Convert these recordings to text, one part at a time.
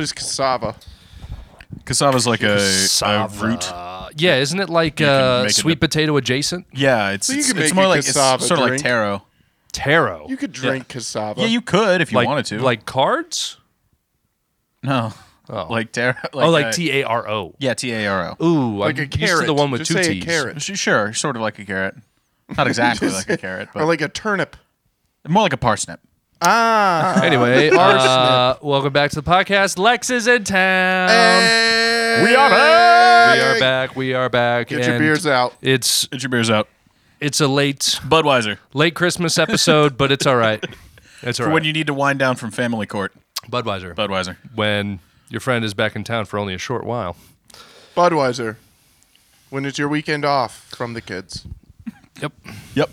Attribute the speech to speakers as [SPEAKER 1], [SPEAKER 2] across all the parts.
[SPEAKER 1] is cassava?
[SPEAKER 2] Cassava's like a, a
[SPEAKER 3] Cassava.
[SPEAKER 2] root.
[SPEAKER 3] Yeah, isn't it like
[SPEAKER 2] You can
[SPEAKER 3] uh,
[SPEAKER 2] make it
[SPEAKER 3] sweet
[SPEAKER 2] a-
[SPEAKER 3] potato adjacent?
[SPEAKER 2] Yeah, it's
[SPEAKER 1] you
[SPEAKER 2] it's,
[SPEAKER 1] could
[SPEAKER 2] it's
[SPEAKER 1] make
[SPEAKER 2] more
[SPEAKER 1] a
[SPEAKER 2] like it's sort
[SPEAKER 1] cassava
[SPEAKER 2] of like
[SPEAKER 1] drink.
[SPEAKER 2] taro.
[SPEAKER 3] Taro.
[SPEAKER 1] You could drink cassava.
[SPEAKER 2] Yeah, you could if you
[SPEAKER 3] like,
[SPEAKER 2] wanted to.
[SPEAKER 3] Like cards?
[SPEAKER 2] no, like taro.
[SPEAKER 3] oh, like
[SPEAKER 2] uh,
[SPEAKER 3] T A R O.
[SPEAKER 2] Yeah, T A R O.
[SPEAKER 3] Ooh,
[SPEAKER 1] like
[SPEAKER 3] I'm
[SPEAKER 1] a
[SPEAKER 3] used
[SPEAKER 1] carrot.
[SPEAKER 3] to the one with
[SPEAKER 1] Just
[SPEAKER 3] two
[SPEAKER 1] say a
[SPEAKER 3] T's.
[SPEAKER 1] carrot.
[SPEAKER 2] Sh- Sure, sort of like a carrot. Not exactly like a carrot, but
[SPEAKER 1] or like a turnip.
[SPEAKER 2] more like a parsnip.
[SPEAKER 3] Uh-huh.
[SPEAKER 1] Ah.
[SPEAKER 3] Anyway, uh, welcome back to the podcast. Lex is in town.
[SPEAKER 1] we
[SPEAKER 2] are
[SPEAKER 1] back.
[SPEAKER 3] We are back. We are back.
[SPEAKER 1] Get your
[SPEAKER 3] and
[SPEAKER 1] beers out.
[SPEAKER 3] It's
[SPEAKER 2] Get your beers out.
[SPEAKER 3] it's a late
[SPEAKER 2] Budweiser.
[SPEAKER 3] late Christmas episode, but it's all right. It's all
[SPEAKER 2] For
[SPEAKER 3] right.
[SPEAKER 2] when you need to wind down from family court.
[SPEAKER 3] Budweiser.
[SPEAKER 2] Budweiser.
[SPEAKER 3] when your friend is back in town for only a short while.
[SPEAKER 1] Budweiser. When it's your weekend off from the kids.
[SPEAKER 3] Yep.
[SPEAKER 2] Yep.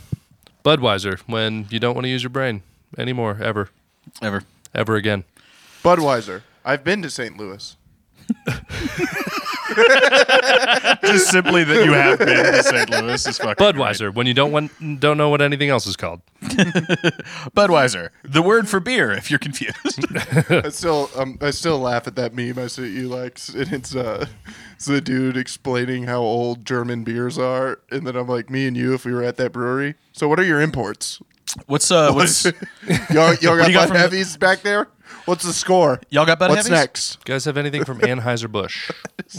[SPEAKER 3] Budweiser. When you don't want to use your brain anymore, ever,
[SPEAKER 2] Ever.
[SPEAKER 3] ever again.
[SPEAKER 1] Budweiser. I've been to St. Louis.
[SPEAKER 2] Just simply that you have been to St. Louis is fucking
[SPEAKER 3] Budweiser. When you don't want, don't know what anything else is called.
[SPEAKER 2] great. Budweiser. The word for beer, if you're confused.
[SPEAKER 1] I still, um, I still laugh at that meme I sent you, Lex, and it's uh, it's the dude explaining how old German beers are, and then I'm like, me and you, if we were at that brewery. So, what are your imports?
[SPEAKER 2] what's uh what's
[SPEAKER 1] y'all, y'all got,
[SPEAKER 2] you got
[SPEAKER 1] got
[SPEAKER 2] from-
[SPEAKER 1] heavies back there? What's the score?
[SPEAKER 2] y'all got Bud
[SPEAKER 1] What's
[SPEAKER 2] Heavies?
[SPEAKER 1] next?
[SPEAKER 3] You guys have anything from Anheuser Busch?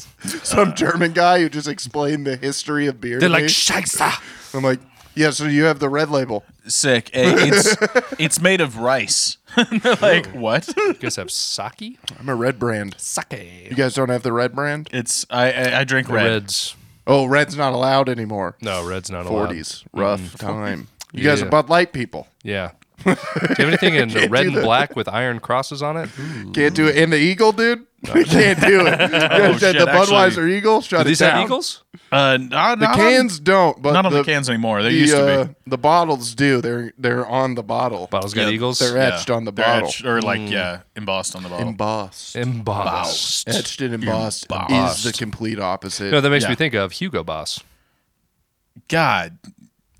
[SPEAKER 1] Some German guy who just explained the history of beer.
[SPEAKER 3] They're
[SPEAKER 1] to
[SPEAKER 3] like
[SPEAKER 1] me.
[SPEAKER 3] Scheisse.
[SPEAKER 1] I'm like, yeah. So you have the red label.
[SPEAKER 2] Sick. Eh, It's it's made of rice. They're like what?
[SPEAKER 3] You guys have sake.
[SPEAKER 1] I'm a red brand.
[SPEAKER 3] Sake.
[SPEAKER 1] You guys don't have the red brand?
[SPEAKER 2] It's I I, I drink red.
[SPEAKER 3] Reds.
[SPEAKER 1] Oh, red's not allowed anymore.
[SPEAKER 3] No, red's not allowed. Mm.
[SPEAKER 1] 40s, rough time. You guys
[SPEAKER 3] Yeah.
[SPEAKER 1] are Bud Light people.
[SPEAKER 3] Yeah. Do you have anything in the red
[SPEAKER 1] do
[SPEAKER 3] and
[SPEAKER 1] that.
[SPEAKER 3] black with iron crosses on it? Ooh.
[SPEAKER 1] Can't do it. And the eagle, dude. We can't do it. the
[SPEAKER 2] shit,
[SPEAKER 1] the Budweiser
[SPEAKER 2] actually.
[SPEAKER 1] eagle. Shut
[SPEAKER 3] Oh, Do these
[SPEAKER 1] it
[SPEAKER 3] have
[SPEAKER 1] down.
[SPEAKER 3] eagles?
[SPEAKER 2] Uh, not,
[SPEAKER 1] The
[SPEAKER 2] not
[SPEAKER 1] cans don't, but
[SPEAKER 2] On, not on the,
[SPEAKER 1] the
[SPEAKER 2] cans anymore. They
[SPEAKER 1] the,
[SPEAKER 2] used to
[SPEAKER 1] uh,
[SPEAKER 2] be.
[SPEAKER 1] the bottles do. They're they're on the bottle.
[SPEAKER 3] Bottles got
[SPEAKER 2] Yeah,
[SPEAKER 3] eagles.
[SPEAKER 1] They're etched on the
[SPEAKER 2] They're
[SPEAKER 1] bottle.
[SPEAKER 2] etched- or like
[SPEAKER 3] Mm.
[SPEAKER 2] yeah, embossed on the bottle.
[SPEAKER 1] Embossed.
[SPEAKER 3] Embossed.
[SPEAKER 1] Etched and embossed,
[SPEAKER 2] Embossed.
[SPEAKER 1] is the complete opposite.
[SPEAKER 3] No, that makes
[SPEAKER 2] Yeah.
[SPEAKER 3] me think of Hugo Boss.
[SPEAKER 2] God,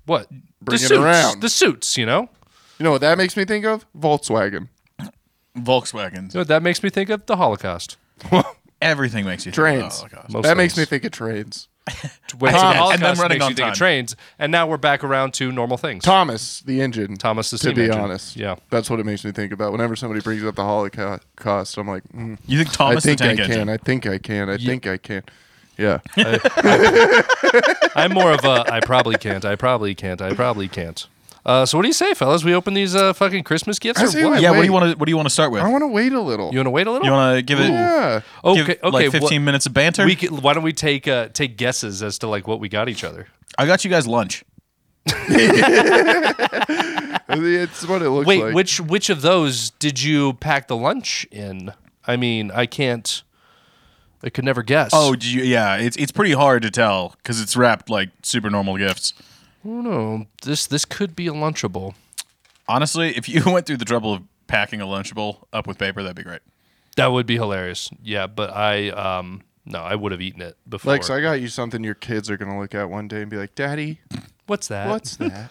[SPEAKER 3] What?
[SPEAKER 1] Bring
[SPEAKER 3] the
[SPEAKER 1] it
[SPEAKER 3] suits.
[SPEAKER 1] around.
[SPEAKER 3] The suits, you know?
[SPEAKER 1] you know what that makes me think of? Volkswagen.
[SPEAKER 2] Volkswagens.
[SPEAKER 3] You know what that makes me think of? The Holocaust.
[SPEAKER 2] Everything makes you think Oh,
[SPEAKER 1] Trains.
[SPEAKER 2] of the Holocaust.
[SPEAKER 3] Most
[SPEAKER 1] that makes me
[SPEAKER 3] things.
[SPEAKER 1] think of trains.
[SPEAKER 3] Wait, so the
[SPEAKER 2] And then
[SPEAKER 3] Holocaust
[SPEAKER 2] running
[SPEAKER 3] makes
[SPEAKER 2] on
[SPEAKER 3] you think
[SPEAKER 2] time.
[SPEAKER 3] of trains, and now we're back around to normal things.
[SPEAKER 1] Thomas, the engine.
[SPEAKER 3] Thomas the
[SPEAKER 1] to
[SPEAKER 3] steam
[SPEAKER 1] be
[SPEAKER 3] engine.
[SPEAKER 1] honest.
[SPEAKER 3] Yeah.
[SPEAKER 1] That's what it makes me think about. Whenever somebody brings up the Holocaust, I'm like, mm,
[SPEAKER 2] You think
[SPEAKER 1] I
[SPEAKER 2] Thomas
[SPEAKER 1] think
[SPEAKER 2] the
[SPEAKER 1] I
[SPEAKER 2] Tank
[SPEAKER 1] can.
[SPEAKER 2] Engine?
[SPEAKER 1] I think I can. I think I can. Yeah.
[SPEAKER 3] I'm more of a I probably can't. I probably can't. I probably can't. Uh, so what do you say, fellas? We open these uh, fucking Christmas gifts
[SPEAKER 1] I
[SPEAKER 3] or
[SPEAKER 1] say
[SPEAKER 3] what?
[SPEAKER 1] we-
[SPEAKER 2] Yeah. What do
[SPEAKER 1] Wait.
[SPEAKER 2] you want to What do you want to start with?
[SPEAKER 1] I want to wait a little.
[SPEAKER 3] You want to wait a little?
[SPEAKER 2] you want to give it?
[SPEAKER 1] yeah.
[SPEAKER 2] give,
[SPEAKER 3] okay, okay.
[SPEAKER 2] Like
[SPEAKER 3] wha-
[SPEAKER 2] fifteen minutes of banter.
[SPEAKER 3] we can, why don't we take uh, take guesses as to like what we got each other?
[SPEAKER 2] I got you guys lunch.
[SPEAKER 1] It's what it looks
[SPEAKER 3] Wait,
[SPEAKER 1] like.
[SPEAKER 3] which which of those did you pack the lunch in? I mean, I can't. I could never guess.
[SPEAKER 2] Oh, do you, yeah. It's it's pretty hard to tell because it's wrapped like super normal gifts.
[SPEAKER 3] no, this this could be a lunchable.
[SPEAKER 2] Honestly, if you went through the trouble of packing a Lunchable up with paper, that'd be great.
[SPEAKER 3] That would be hilarious. Yeah, but I um no, I would have eaten it before.
[SPEAKER 1] Lex, I got you something your kids are going to look at one day and be like, Daddy,
[SPEAKER 3] What's that?
[SPEAKER 1] what's that?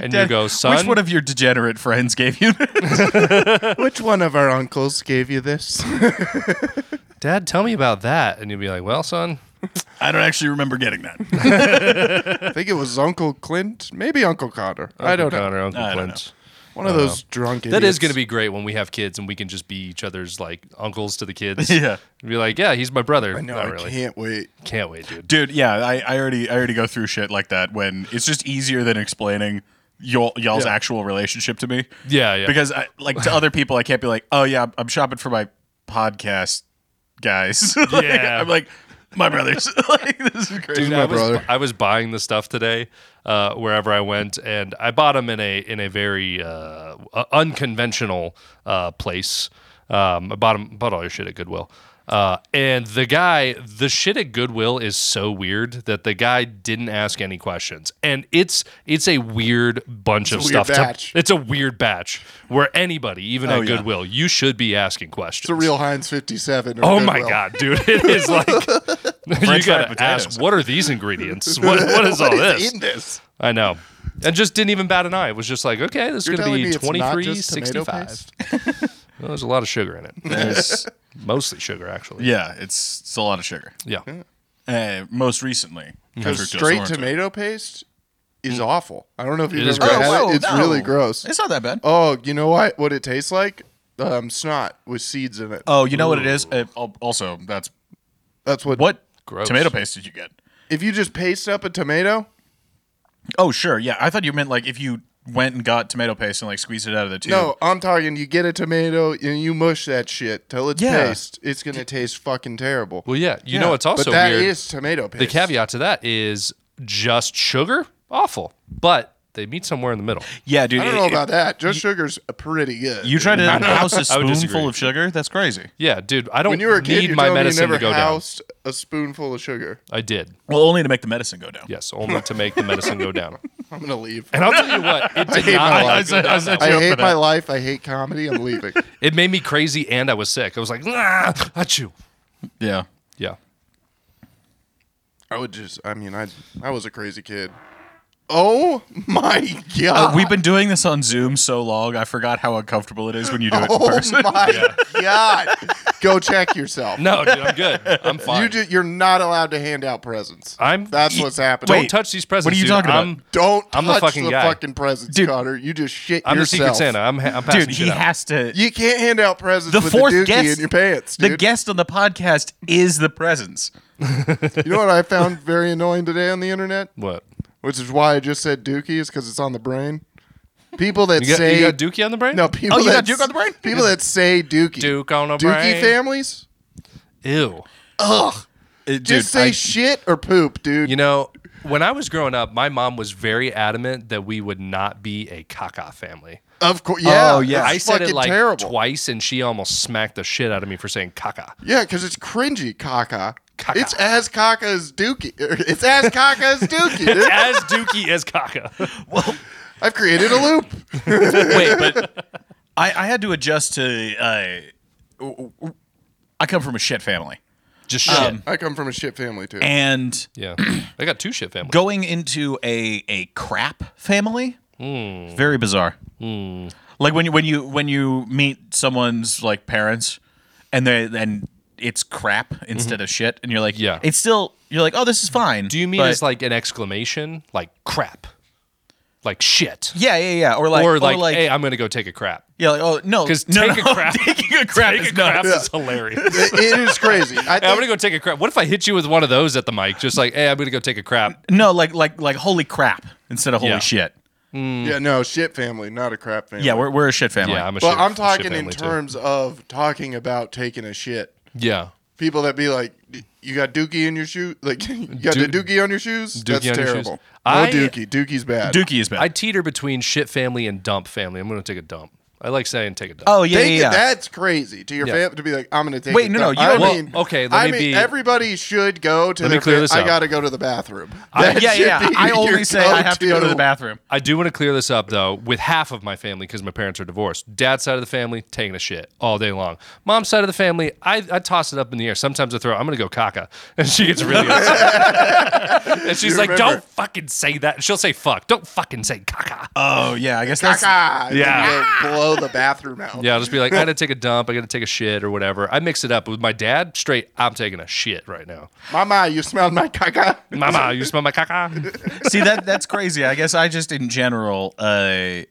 [SPEAKER 3] And you go, son.
[SPEAKER 2] Which one of your degenerate friends gave you?
[SPEAKER 1] which one of our uncles gave you this?
[SPEAKER 3] Dad, tell me about that. And you'd be like, well, son,
[SPEAKER 2] I don't actually remember getting that.
[SPEAKER 1] I think it was Uncle Clint. Maybe Uncle Connor. I
[SPEAKER 3] Uncle
[SPEAKER 1] don't know.
[SPEAKER 3] Connor, Uncle
[SPEAKER 2] I don't
[SPEAKER 3] Clint.
[SPEAKER 1] One of those drunk
[SPEAKER 3] That is going
[SPEAKER 1] idiots.
[SPEAKER 3] to be great when we have kids and we can just be each other's like uncles to the kids.
[SPEAKER 2] Yeah.
[SPEAKER 3] And be like, yeah, he's my brother.
[SPEAKER 1] I know.
[SPEAKER 3] Not
[SPEAKER 1] I
[SPEAKER 3] really.
[SPEAKER 1] can't wait.
[SPEAKER 3] Can't wait, dude.
[SPEAKER 2] Dude, yeah, I, I already I already go through shit like that when it's just easier than explaining y'all, y'all's
[SPEAKER 1] Yeah.
[SPEAKER 2] actual relationship to me.
[SPEAKER 3] Yeah, yeah.
[SPEAKER 2] Because I, like to other people, I can't be like, oh yeah, I'm- I'm shopping for my podcast guys. Like,
[SPEAKER 3] Yeah.
[SPEAKER 2] I'm like my brothers. like this is crazy.
[SPEAKER 1] Dude, my
[SPEAKER 3] I was,
[SPEAKER 1] brother.
[SPEAKER 3] I was buying the stuff today uh, wherever I went, and I bought them in a in a very uh, uh, unconventional uh, place. Um, I bought 'em- bought all your shit at Goodwill. Uh, and the guy, the shit at Goodwill is so weird that the guy didn't ask any questions, and it's it's a weird bunch of
[SPEAKER 1] a weird
[SPEAKER 3] stuff. to-
[SPEAKER 1] batch.
[SPEAKER 3] it's a weird batch where anybody, even
[SPEAKER 2] Oh,
[SPEAKER 3] at
[SPEAKER 2] yeah.
[SPEAKER 3] Goodwill, you should be asking questions.
[SPEAKER 1] It's a real Heinz 57. or
[SPEAKER 3] Oh my
[SPEAKER 1] Goodwill.
[SPEAKER 3] god, dude! It is like you
[SPEAKER 2] fried
[SPEAKER 3] gotta
[SPEAKER 2] potatoes.
[SPEAKER 3] ask, what are these ingredients? What, what is all
[SPEAKER 1] What is
[SPEAKER 3] this?
[SPEAKER 1] in this?
[SPEAKER 3] I know, and just didn't even bat an eye. It was just like, okay, this is
[SPEAKER 1] You're
[SPEAKER 3] gonna
[SPEAKER 1] telling
[SPEAKER 3] be
[SPEAKER 1] me it's not
[SPEAKER 3] twenty three
[SPEAKER 1] just
[SPEAKER 3] sixty
[SPEAKER 1] tomato
[SPEAKER 3] five.
[SPEAKER 1] paste?
[SPEAKER 3] Well, there's a lot of sugar in it.
[SPEAKER 2] There's-
[SPEAKER 3] Mostly sugar, actually.
[SPEAKER 2] yeah, it's, it's a lot of sugar.
[SPEAKER 3] Yeah.
[SPEAKER 2] Uh, most recently, high
[SPEAKER 1] Because
[SPEAKER 2] fructose
[SPEAKER 1] straight
[SPEAKER 2] orange oil.
[SPEAKER 1] tomato paste is awful. I don't know if you've
[SPEAKER 3] Mm. It is
[SPEAKER 1] ever
[SPEAKER 3] gross.
[SPEAKER 1] had
[SPEAKER 2] Oh, whoa,
[SPEAKER 1] it. It's
[SPEAKER 2] no.
[SPEAKER 1] really gross.
[SPEAKER 2] It's not that bad.
[SPEAKER 1] oh, you know what? What it tastes like? Um, snot with seeds in it.
[SPEAKER 2] Oh, you know what it is? Uh, al- also, that's
[SPEAKER 1] That's what.
[SPEAKER 2] what
[SPEAKER 3] Gross.
[SPEAKER 2] tomato paste did you get?
[SPEAKER 1] If you just paste up a tomato,
[SPEAKER 2] Oh, sure. Yeah, I thought you meant like if you went and got tomato paste and like squeezed it out of the tube.
[SPEAKER 1] no, I'm talking. You get a tomato and you mush that shit till it's
[SPEAKER 2] Yeah.
[SPEAKER 1] paste. It's gonna taste fucking terrible.
[SPEAKER 3] Well, yeah. You know, it's also
[SPEAKER 1] but that is
[SPEAKER 3] weird.
[SPEAKER 1] tomato paste.
[SPEAKER 3] the caveat to that is just sugar, awful. But they meet somewhere in the middle.
[SPEAKER 2] Yeah, dude.
[SPEAKER 1] I don't
[SPEAKER 2] it-
[SPEAKER 1] know
[SPEAKER 2] it-
[SPEAKER 1] about that. Just sugar's pretty good.
[SPEAKER 2] You try to house a
[SPEAKER 3] I would disagree.
[SPEAKER 2] spoonful of sugar? That's crazy.
[SPEAKER 3] Yeah, dude. I don't
[SPEAKER 1] when you were a kid,
[SPEAKER 3] need
[SPEAKER 1] you
[SPEAKER 3] my
[SPEAKER 1] told me you
[SPEAKER 3] medicine
[SPEAKER 1] never
[SPEAKER 3] to go
[SPEAKER 1] housed a spoonful of sugar.
[SPEAKER 3] down. I did.
[SPEAKER 2] Well, only to make the medicine go down.
[SPEAKER 3] Yes, only to make the medicine go down.
[SPEAKER 1] I'm gonna leave.
[SPEAKER 3] And I'll tell you what, it did
[SPEAKER 1] hate
[SPEAKER 3] not.
[SPEAKER 1] my
[SPEAKER 3] go
[SPEAKER 1] life.
[SPEAKER 2] I said- I
[SPEAKER 3] down
[SPEAKER 2] said
[SPEAKER 3] that well.
[SPEAKER 1] I
[SPEAKER 2] you up for
[SPEAKER 1] hate
[SPEAKER 2] that.
[SPEAKER 1] my life. I hate comedy. I'm leaving.
[SPEAKER 3] It made me crazy, and I was sick. I was like, ah, achoo.
[SPEAKER 2] Yeah.
[SPEAKER 3] Yeah.
[SPEAKER 1] I would just. I mean, I I was a crazy kid. Oh my god.
[SPEAKER 2] We've been doing this on Zoom so long, I forgot how uncomfortable it is when you do it in
[SPEAKER 1] Oh
[SPEAKER 2] person.
[SPEAKER 1] my god! Go check yourself.
[SPEAKER 3] No, dude, I'm good. I'm fine.
[SPEAKER 1] you ju- you're not allowed to hand out presents.
[SPEAKER 3] I'm- e
[SPEAKER 1] That's what's happening.
[SPEAKER 3] Don't
[SPEAKER 2] Wait,
[SPEAKER 3] touch these presents.
[SPEAKER 2] what are you
[SPEAKER 3] dude.
[SPEAKER 2] talking about?
[SPEAKER 3] I'm,
[SPEAKER 1] Don't
[SPEAKER 3] I'm the
[SPEAKER 1] touch
[SPEAKER 3] fucking guy.
[SPEAKER 1] fucking presents,
[SPEAKER 2] Dude.
[SPEAKER 1] Connor. You just shit
[SPEAKER 3] I'm the
[SPEAKER 1] yourself.
[SPEAKER 3] Secret Santa. I'm, ha- I'm passing
[SPEAKER 2] Dude, he
[SPEAKER 3] shit out.
[SPEAKER 2] has to.
[SPEAKER 1] You can't hand out presents
[SPEAKER 2] the
[SPEAKER 1] with
[SPEAKER 2] fourth
[SPEAKER 1] a dookie
[SPEAKER 2] guest
[SPEAKER 1] in your pants,
[SPEAKER 2] The
[SPEAKER 1] dude.
[SPEAKER 2] guest on the podcast is the presence.
[SPEAKER 1] you know what I found very annoying today on the internet,
[SPEAKER 3] What?
[SPEAKER 1] which is why I just said dookie is because it's on the brain. People that
[SPEAKER 3] You got,
[SPEAKER 1] say
[SPEAKER 3] you got Dookie on the brain?
[SPEAKER 1] no, people
[SPEAKER 2] Oh, you
[SPEAKER 1] that
[SPEAKER 2] got Duke on the brain?
[SPEAKER 1] People that say dookie,
[SPEAKER 3] Duke on the
[SPEAKER 1] dookie
[SPEAKER 3] brain.
[SPEAKER 1] families,
[SPEAKER 3] Ew.
[SPEAKER 1] just say shit or poop, dude.
[SPEAKER 3] You know, when I was growing up, my mom was very adamant that we would not be a caca family.
[SPEAKER 1] of course, yeah.
[SPEAKER 2] Oh, yeah.
[SPEAKER 1] it's
[SPEAKER 3] I said it
[SPEAKER 1] fucking
[SPEAKER 3] like
[SPEAKER 1] terrible.
[SPEAKER 3] twice, and she almost smacked the shit out of me for saying caca.
[SPEAKER 1] Yeah, because it's cringy, caca.
[SPEAKER 3] Caca.
[SPEAKER 1] It's as caca as Dookie. It's as caca as Dookie. dude.
[SPEAKER 3] As Dookie as caca.
[SPEAKER 1] I've created a loop.
[SPEAKER 2] Wait, but I, I had to adjust to. Uh, I come from a shit family,
[SPEAKER 3] Just shit.
[SPEAKER 2] um,
[SPEAKER 1] I come from a shit family too.
[SPEAKER 2] and
[SPEAKER 3] yeah. I got two shit families.
[SPEAKER 2] going into a a crap family,
[SPEAKER 3] Hmm.
[SPEAKER 2] very bizarre. Like when you when you when you meet someone's like parents, and they and it's crap instead of shit, and you're like,
[SPEAKER 3] Mm-hmm. Yeah.
[SPEAKER 2] it's still you're like, oh, this is fine.
[SPEAKER 3] Do you mean
[SPEAKER 2] but-
[SPEAKER 3] as like an exclamation? Like crap. Like shit.
[SPEAKER 2] yeah, yeah, yeah, or like
[SPEAKER 3] or, like, hey, I'm going to go take a crap.
[SPEAKER 2] yeah, like oh no,
[SPEAKER 3] 'Cause
[SPEAKER 2] no,
[SPEAKER 3] take a
[SPEAKER 2] no,
[SPEAKER 3] crap-
[SPEAKER 2] taking a crap is
[SPEAKER 3] Take a
[SPEAKER 2] not-
[SPEAKER 3] crap is hilarious.
[SPEAKER 1] It- it is crazy. I
[SPEAKER 3] Hey, I'm gonna
[SPEAKER 1] think
[SPEAKER 3] go take a crap. What if I hit you with one of those at the mic? Just like, hey, I'm gonna go take a crap.
[SPEAKER 2] No, like like like holy crap instead of holy
[SPEAKER 3] Yeah.
[SPEAKER 2] shit.
[SPEAKER 1] yeah, no shit family, not a crap family.
[SPEAKER 2] Yeah, we're, we're a shit family.
[SPEAKER 3] Yeah, I'm a.
[SPEAKER 1] but
[SPEAKER 3] shit,
[SPEAKER 1] I'm
[SPEAKER 3] shit
[SPEAKER 1] talking in
[SPEAKER 3] family, too.
[SPEAKER 1] terms of talking about taking a shit.
[SPEAKER 3] Yeah,
[SPEAKER 1] People that be like, "D- "You got Dookie in your shoe? Like you got the
[SPEAKER 3] Doo-
[SPEAKER 1] Dookie on your shoes? That's
[SPEAKER 3] on your shoes.
[SPEAKER 1] terrible. No
[SPEAKER 3] I-
[SPEAKER 1] Dookie. Dookie's bad.
[SPEAKER 2] Dookie is bad.
[SPEAKER 3] I teeter between shit family and dump family. I'm gonna take a dump. I like saying take a dump.
[SPEAKER 2] oh yeah,
[SPEAKER 1] Take
[SPEAKER 2] yeah,
[SPEAKER 1] it-
[SPEAKER 2] yeah.
[SPEAKER 1] That's crazy to your
[SPEAKER 3] Yeah.
[SPEAKER 1] fam to be like, I'm gonna take.
[SPEAKER 2] Wait,
[SPEAKER 1] it
[SPEAKER 2] no,
[SPEAKER 1] down."
[SPEAKER 2] no, you
[SPEAKER 1] I
[SPEAKER 2] don't-
[SPEAKER 3] Well,
[SPEAKER 1] mean,
[SPEAKER 3] okay, let
[SPEAKER 1] I
[SPEAKER 3] me
[SPEAKER 1] mean,
[SPEAKER 3] be-
[SPEAKER 1] everybody should go to.
[SPEAKER 3] Let me
[SPEAKER 1] their
[SPEAKER 3] clear
[SPEAKER 1] fam-
[SPEAKER 3] this
[SPEAKER 1] I
[SPEAKER 3] up.
[SPEAKER 1] gotta go to the bathroom.
[SPEAKER 3] I-
[SPEAKER 1] That
[SPEAKER 2] yeah,
[SPEAKER 1] should
[SPEAKER 2] yeah.
[SPEAKER 1] be
[SPEAKER 2] I
[SPEAKER 1] your
[SPEAKER 2] only say I have to go to the
[SPEAKER 1] go-to.
[SPEAKER 2] bathroom.
[SPEAKER 3] I do want to clear this up though with half of my family because my parents are divorced. Dad's side of the family taking a shit all day long. Mom's side of the family, I, I toss it up in the air. Sometimes I throw, I'm gonna go caca, and she gets really upset. and she's like,
[SPEAKER 1] remember-
[SPEAKER 3] "Don't fucking say that." And she'll say, "Fuck, don't fucking say caca."
[SPEAKER 2] Oh yeah, I guess that's
[SPEAKER 1] Caca. And
[SPEAKER 3] Yeah.
[SPEAKER 1] then Blow the bathroom out.
[SPEAKER 3] Yeah, I'll just be like, I gotta take a dump, I gotta take a shit or whatever. I mix it up with my dad. Straight, I'm taking a shit right now.
[SPEAKER 1] Mama, you smelled my caca.
[SPEAKER 3] Mama, you smell my caca?
[SPEAKER 2] see that that's crazy. I guess I just in general, uh,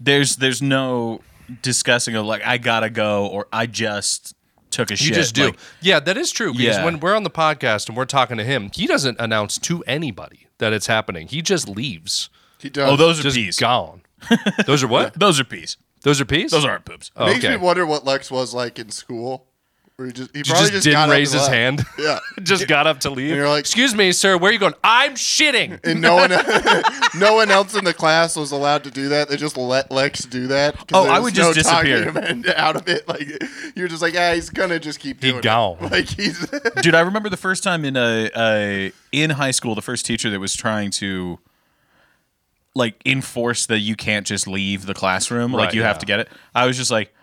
[SPEAKER 2] there's there's no discussing of like I gotta go or I just took a shit.
[SPEAKER 3] You just do.
[SPEAKER 2] Like,
[SPEAKER 3] yeah, that is true. Because
[SPEAKER 2] Yeah.
[SPEAKER 3] when we're on the podcast and we're talking to him, he doesn't announce to anybody that it's happening. He just leaves.
[SPEAKER 1] He does.
[SPEAKER 2] oh, those are
[SPEAKER 3] Just
[SPEAKER 2] peas.
[SPEAKER 3] gone. Those are what?
[SPEAKER 2] Those are peas.
[SPEAKER 3] Those are peas?
[SPEAKER 2] Those aren't poops.
[SPEAKER 3] Oh,
[SPEAKER 1] Makes
[SPEAKER 3] okay.
[SPEAKER 1] me wonder what Lex was like in school. Where he just he
[SPEAKER 3] You
[SPEAKER 1] probably
[SPEAKER 3] just,
[SPEAKER 1] just, got up
[SPEAKER 3] didn't raise
[SPEAKER 1] and
[SPEAKER 3] his
[SPEAKER 1] left.
[SPEAKER 3] hand.
[SPEAKER 1] Yeah.
[SPEAKER 3] just got up to leave.
[SPEAKER 1] you're like-
[SPEAKER 3] Excuse me, sir, where are you going? I'm shitting.
[SPEAKER 1] And no one, no one else in the class was allowed to do that. They just let Lex do that. 'cause
[SPEAKER 2] Oh,
[SPEAKER 1] there
[SPEAKER 2] I
[SPEAKER 1] was
[SPEAKER 2] would just
[SPEAKER 1] talking
[SPEAKER 2] disappear.
[SPEAKER 1] him and out of it. Like you're just like, yeah, he's gonna just keep
[SPEAKER 3] He
[SPEAKER 1] doing.
[SPEAKER 3] gone.
[SPEAKER 1] It. Like he's.
[SPEAKER 2] Dude, I remember the first time in a, a in high school, the first teacher that was trying to like enforce that you can't just leave the classroom, like
[SPEAKER 3] Right,
[SPEAKER 2] you have
[SPEAKER 3] yeah.
[SPEAKER 2] to get it. I was just like,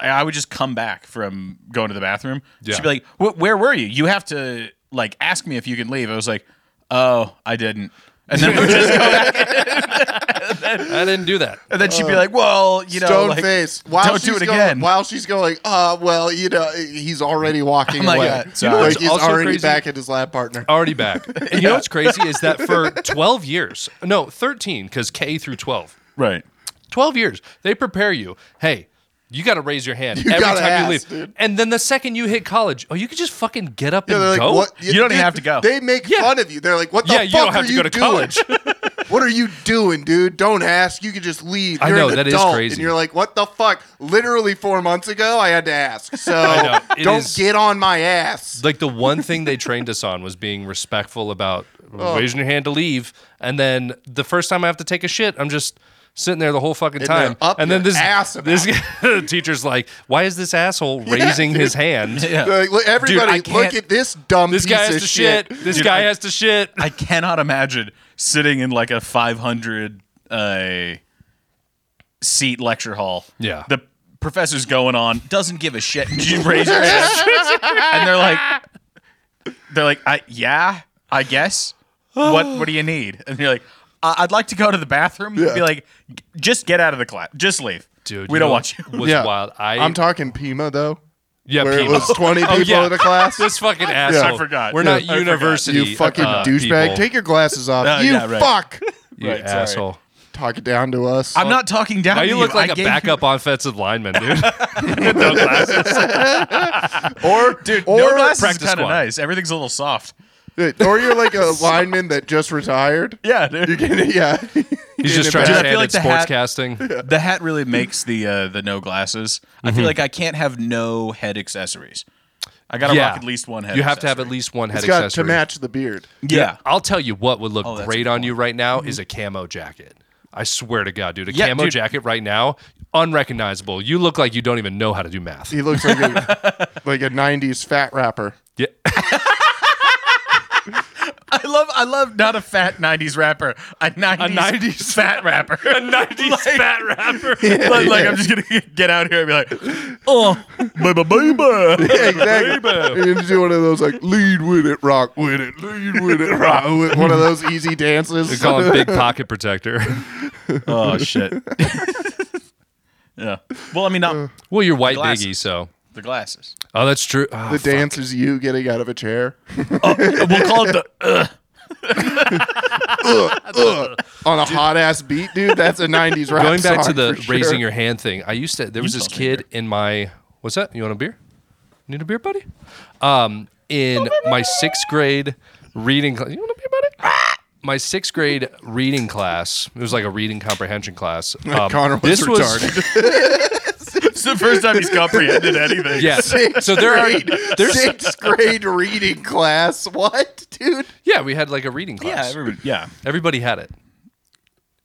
[SPEAKER 2] I I would just come back from going to the bathroom.
[SPEAKER 3] Yeah.
[SPEAKER 2] She'd be like, "Wh- "Where were you? You have to like ask me if you can leave." I was like, "Oh, I didn't." and then we would just go,
[SPEAKER 3] I didn't do that.
[SPEAKER 2] and then she'd be like, "Well, you know,
[SPEAKER 1] Stone
[SPEAKER 2] like,
[SPEAKER 1] face. While
[SPEAKER 2] don't
[SPEAKER 1] she's
[SPEAKER 2] do it
[SPEAKER 1] going,
[SPEAKER 2] again."
[SPEAKER 1] While she's going, uh, well, you know, he's already walking
[SPEAKER 2] I'm like,
[SPEAKER 1] away.
[SPEAKER 2] uh, You know
[SPEAKER 1] like
[SPEAKER 3] what's
[SPEAKER 1] he's
[SPEAKER 3] also
[SPEAKER 1] already
[SPEAKER 3] crazy?
[SPEAKER 1] back at his lab partner.
[SPEAKER 3] Already back. And you know what's crazy is that for 12 years, no, 13, because K through 12,
[SPEAKER 2] Right.
[SPEAKER 3] 12 years, they prepare you. Hey, you got to raise your hand every time
[SPEAKER 1] gotta
[SPEAKER 3] you leave.
[SPEAKER 1] ask, dude.
[SPEAKER 3] And then the second you hit college, oh, you could just fucking get up
[SPEAKER 1] Yeah,
[SPEAKER 3] and
[SPEAKER 1] they're like,
[SPEAKER 3] go.
[SPEAKER 1] what?
[SPEAKER 2] You don't even have to go.
[SPEAKER 1] They make
[SPEAKER 3] Yeah.
[SPEAKER 1] fun of you. They're like, what the
[SPEAKER 3] Yeah,
[SPEAKER 1] fuck
[SPEAKER 3] you don't
[SPEAKER 1] are
[SPEAKER 3] have to
[SPEAKER 1] you
[SPEAKER 3] go to
[SPEAKER 1] doing?
[SPEAKER 3] college.
[SPEAKER 1] what are you doing, dude? Don't ask. You can just leave.
[SPEAKER 3] I
[SPEAKER 1] You're
[SPEAKER 3] know,
[SPEAKER 1] an
[SPEAKER 3] that is
[SPEAKER 1] adult.
[SPEAKER 3] crazy.
[SPEAKER 1] And you're like, what the fuck? Literally four months ago, I had to ask. So
[SPEAKER 3] know. It
[SPEAKER 1] don't
[SPEAKER 3] is-
[SPEAKER 1] get on my ass.
[SPEAKER 3] like the one thing they trained us on was being respectful about
[SPEAKER 1] Oh.
[SPEAKER 3] raising your hand to leave. And then the first time I have to take a shit, I'm just sitting there the whole fucking
[SPEAKER 1] they're
[SPEAKER 3] time.
[SPEAKER 1] up
[SPEAKER 3] and then
[SPEAKER 1] your
[SPEAKER 3] this
[SPEAKER 1] ass about
[SPEAKER 3] this the teacher's like, "Why is this asshole raising his hand?
[SPEAKER 2] Yeah.
[SPEAKER 1] They're like, "Look, everybody,
[SPEAKER 2] can't-
[SPEAKER 1] look at this dumb
[SPEAKER 3] This
[SPEAKER 1] piece
[SPEAKER 3] guy
[SPEAKER 1] of
[SPEAKER 3] has to shit. This
[SPEAKER 2] Dude,
[SPEAKER 3] guy
[SPEAKER 2] I-
[SPEAKER 3] has to shit."
[SPEAKER 2] I cannot imagine sitting in like a 500 uh, seat lecture hall.
[SPEAKER 3] Yeah.
[SPEAKER 2] The professor's going on, doesn't give a shit. and You raise your hand. and they're like, they're like, I, yeah, I guess. What What do you need? And you're like, I- I'd like to go to the bathroom. You'd Be like, just get out of the class. Just leave.
[SPEAKER 3] Dude,
[SPEAKER 2] we
[SPEAKER 3] you
[SPEAKER 2] don't
[SPEAKER 3] know
[SPEAKER 2] want you.
[SPEAKER 3] what Was wild. I
[SPEAKER 1] I'm talking Pima though.
[SPEAKER 3] yeah,
[SPEAKER 1] where
[SPEAKER 3] Pima. Oh,
[SPEAKER 1] it was 20 people
[SPEAKER 3] yeah.
[SPEAKER 1] in a class.
[SPEAKER 3] this fucking asshole.
[SPEAKER 2] I forgot.
[SPEAKER 3] We're
[SPEAKER 2] Yeah, I
[SPEAKER 3] not
[SPEAKER 2] forgot.
[SPEAKER 3] university.
[SPEAKER 1] you fucking
[SPEAKER 3] uh,
[SPEAKER 1] douchebag.
[SPEAKER 3] people. Uh,
[SPEAKER 1] Take your glasses off.
[SPEAKER 2] Oh,
[SPEAKER 1] you
[SPEAKER 2] yeah, right.
[SPEAKER 1] fuck.
[SPEAKER 3] you
[SPEAKER 2] Right, sorry.
[SPEAKER 3] asshole.
[SPEAKER 1] Talk it down to us.
[SPEAKER 2] I'm not talking down
[SPEAKER 3] Now
[SPEAKER 2] to
[SPEAKER 3] you look like
[SPEAKER 2] I
[SPEAKER 3] a
[SPEAKER 2] gave you-
[SPEAKER 3] backup offensive lineman, dude.
[SPEAKER 1] or
[SPEAKER 2] Dude,
[SPEAKER 1] or,
[SPEAKER 2] no glasses is
[SPEAKER 3] practice
[SPEAKER 2] kind of
[SPEAKER 3] squad.
[SPEAKER 2] nice. Everything's a little soft.
[SPEAKER 1] or you're like a lineman that just retired.
[SPEAKER 2] Yeah, dude.
[SPEAKER 1] yeah.
[SPEAKER 3] He's
[SPEAKER 1] In
[SPEAKER 3] just
[SPEAKER 1] the
[SPEAKER 3] trying
[SPEAKER 1] back.
[SPEAKER 2] Dude, I
[SPEAKER 3] to stand
[SPEAKER 2] feel
[SPEAKER 3] at
[SPEAKER 2] like the hat-
[SPEAKER 3] sportscasting.
[SPEAKER 2] The hat really makes the uh, the no glasses. I feel like I can't have no head accessories. I gotta
[SPEAKER 3] Yeah.
[SPEAKER 2] rock at least one head.
[SPEAKER 3] You have to have at
[SPEAKER 2] accessory.
[SPEAKER 3] least one head
[SPEAKER 1] It's got to
[SPEAKER 3] accessory.
[SPEAKER 1] match the beard.
[SPEAKER 2] yeah. Oh,
[SPEAKER 3] I'll tell you what would look
[SPEAKER 2] that's
[SPEAKER 3] great
[SPEAKER 2] a good
[SPEAKER 3] on you right now is a camo jacket. I swear to God, dude, a
[SPEAKER 2] Yeah,
[SPEAKER 3] camo
[SPEAKER 2] dude.
[SPEAKER 3] jacket right now, unrecognizable. You look like you don't even know how to do math.
[SPEAKER 1] He looks like a like a '90s fat rapper.
[SPEAKER 3] Yeah.
[SPEAKER 2] I love I love not a fat '90s rapper, a '90s,
[SPEAKER 3] 90s
[SPEAKER 2] fat rapper, a '90s fat rapper. like, like, I'm just gonna get out here and be like, oh, baby, baby.
[SPEAKER 1] Yeah, exactly. You're gonna do one of those like lead with it, rock with it, lead with it, rock with one of those easy
[SPEAKER 3] They
[SPEAKER 1] dances.
[SPEAKER 3] call him Big Pocket Protector.
[SPEAKER 2] Oh shit. yeah. Well, I mean, not
[SPEAKER 3] well, you're white
[SPEAKER 2] Glasses.
[SPEAKER 3] biggie, so.
[SPEAKER 2] the glasses.
[SPEAKER 3] Oh, that's true. Oh,
[SPEAKER 1] the dance is you getting out of a chair
[SPEAKER 2] We'll call it the. Uh,
[SPEAKER 1] on a hot ass beat, dude. That's a '90s rap.
[SPEAKER 3] going back to
[SPEAKER 1] song
[SPEAKER 3] the
[SPEAKER 1] for
[SPEAKER 3] raising
[SPEAKER 1] sure.
[SPEAKER 3] your hand thing, I used to. There was this
[SPEAKER 2] told me
[SPEAKER 3] kid in my. What's that? You want a beer? Need a beer, buddy? Um, in my sixth grade reading class, you want a beer, buddy? Ah! My sixth grade reading class. It was like a reading comprehension class. Um,
[SPEAKER 1] Connor was
[SPEAKER 3] this
[SPEAKER 1] retarded.
[SPEAKER 2] it's the first time he's comprehended anything.
[SPEAKER 3] yeah.
[SPEAKER 1] Sixth
[SPEAKER 3] so there are.
[SPEAKER 1] grade,
[SPEAKER 3] There's,
[SPEAKER 1] sixth grade reading class. What, dude?
[SPEAKER 3] yeah, we had like a reading
[SPEAKER 2] Yeah.
[SPEAKER 3] class.
[SPEAKER 2] Everybody, yeah.
[SPEAKER 3] Everybody had it.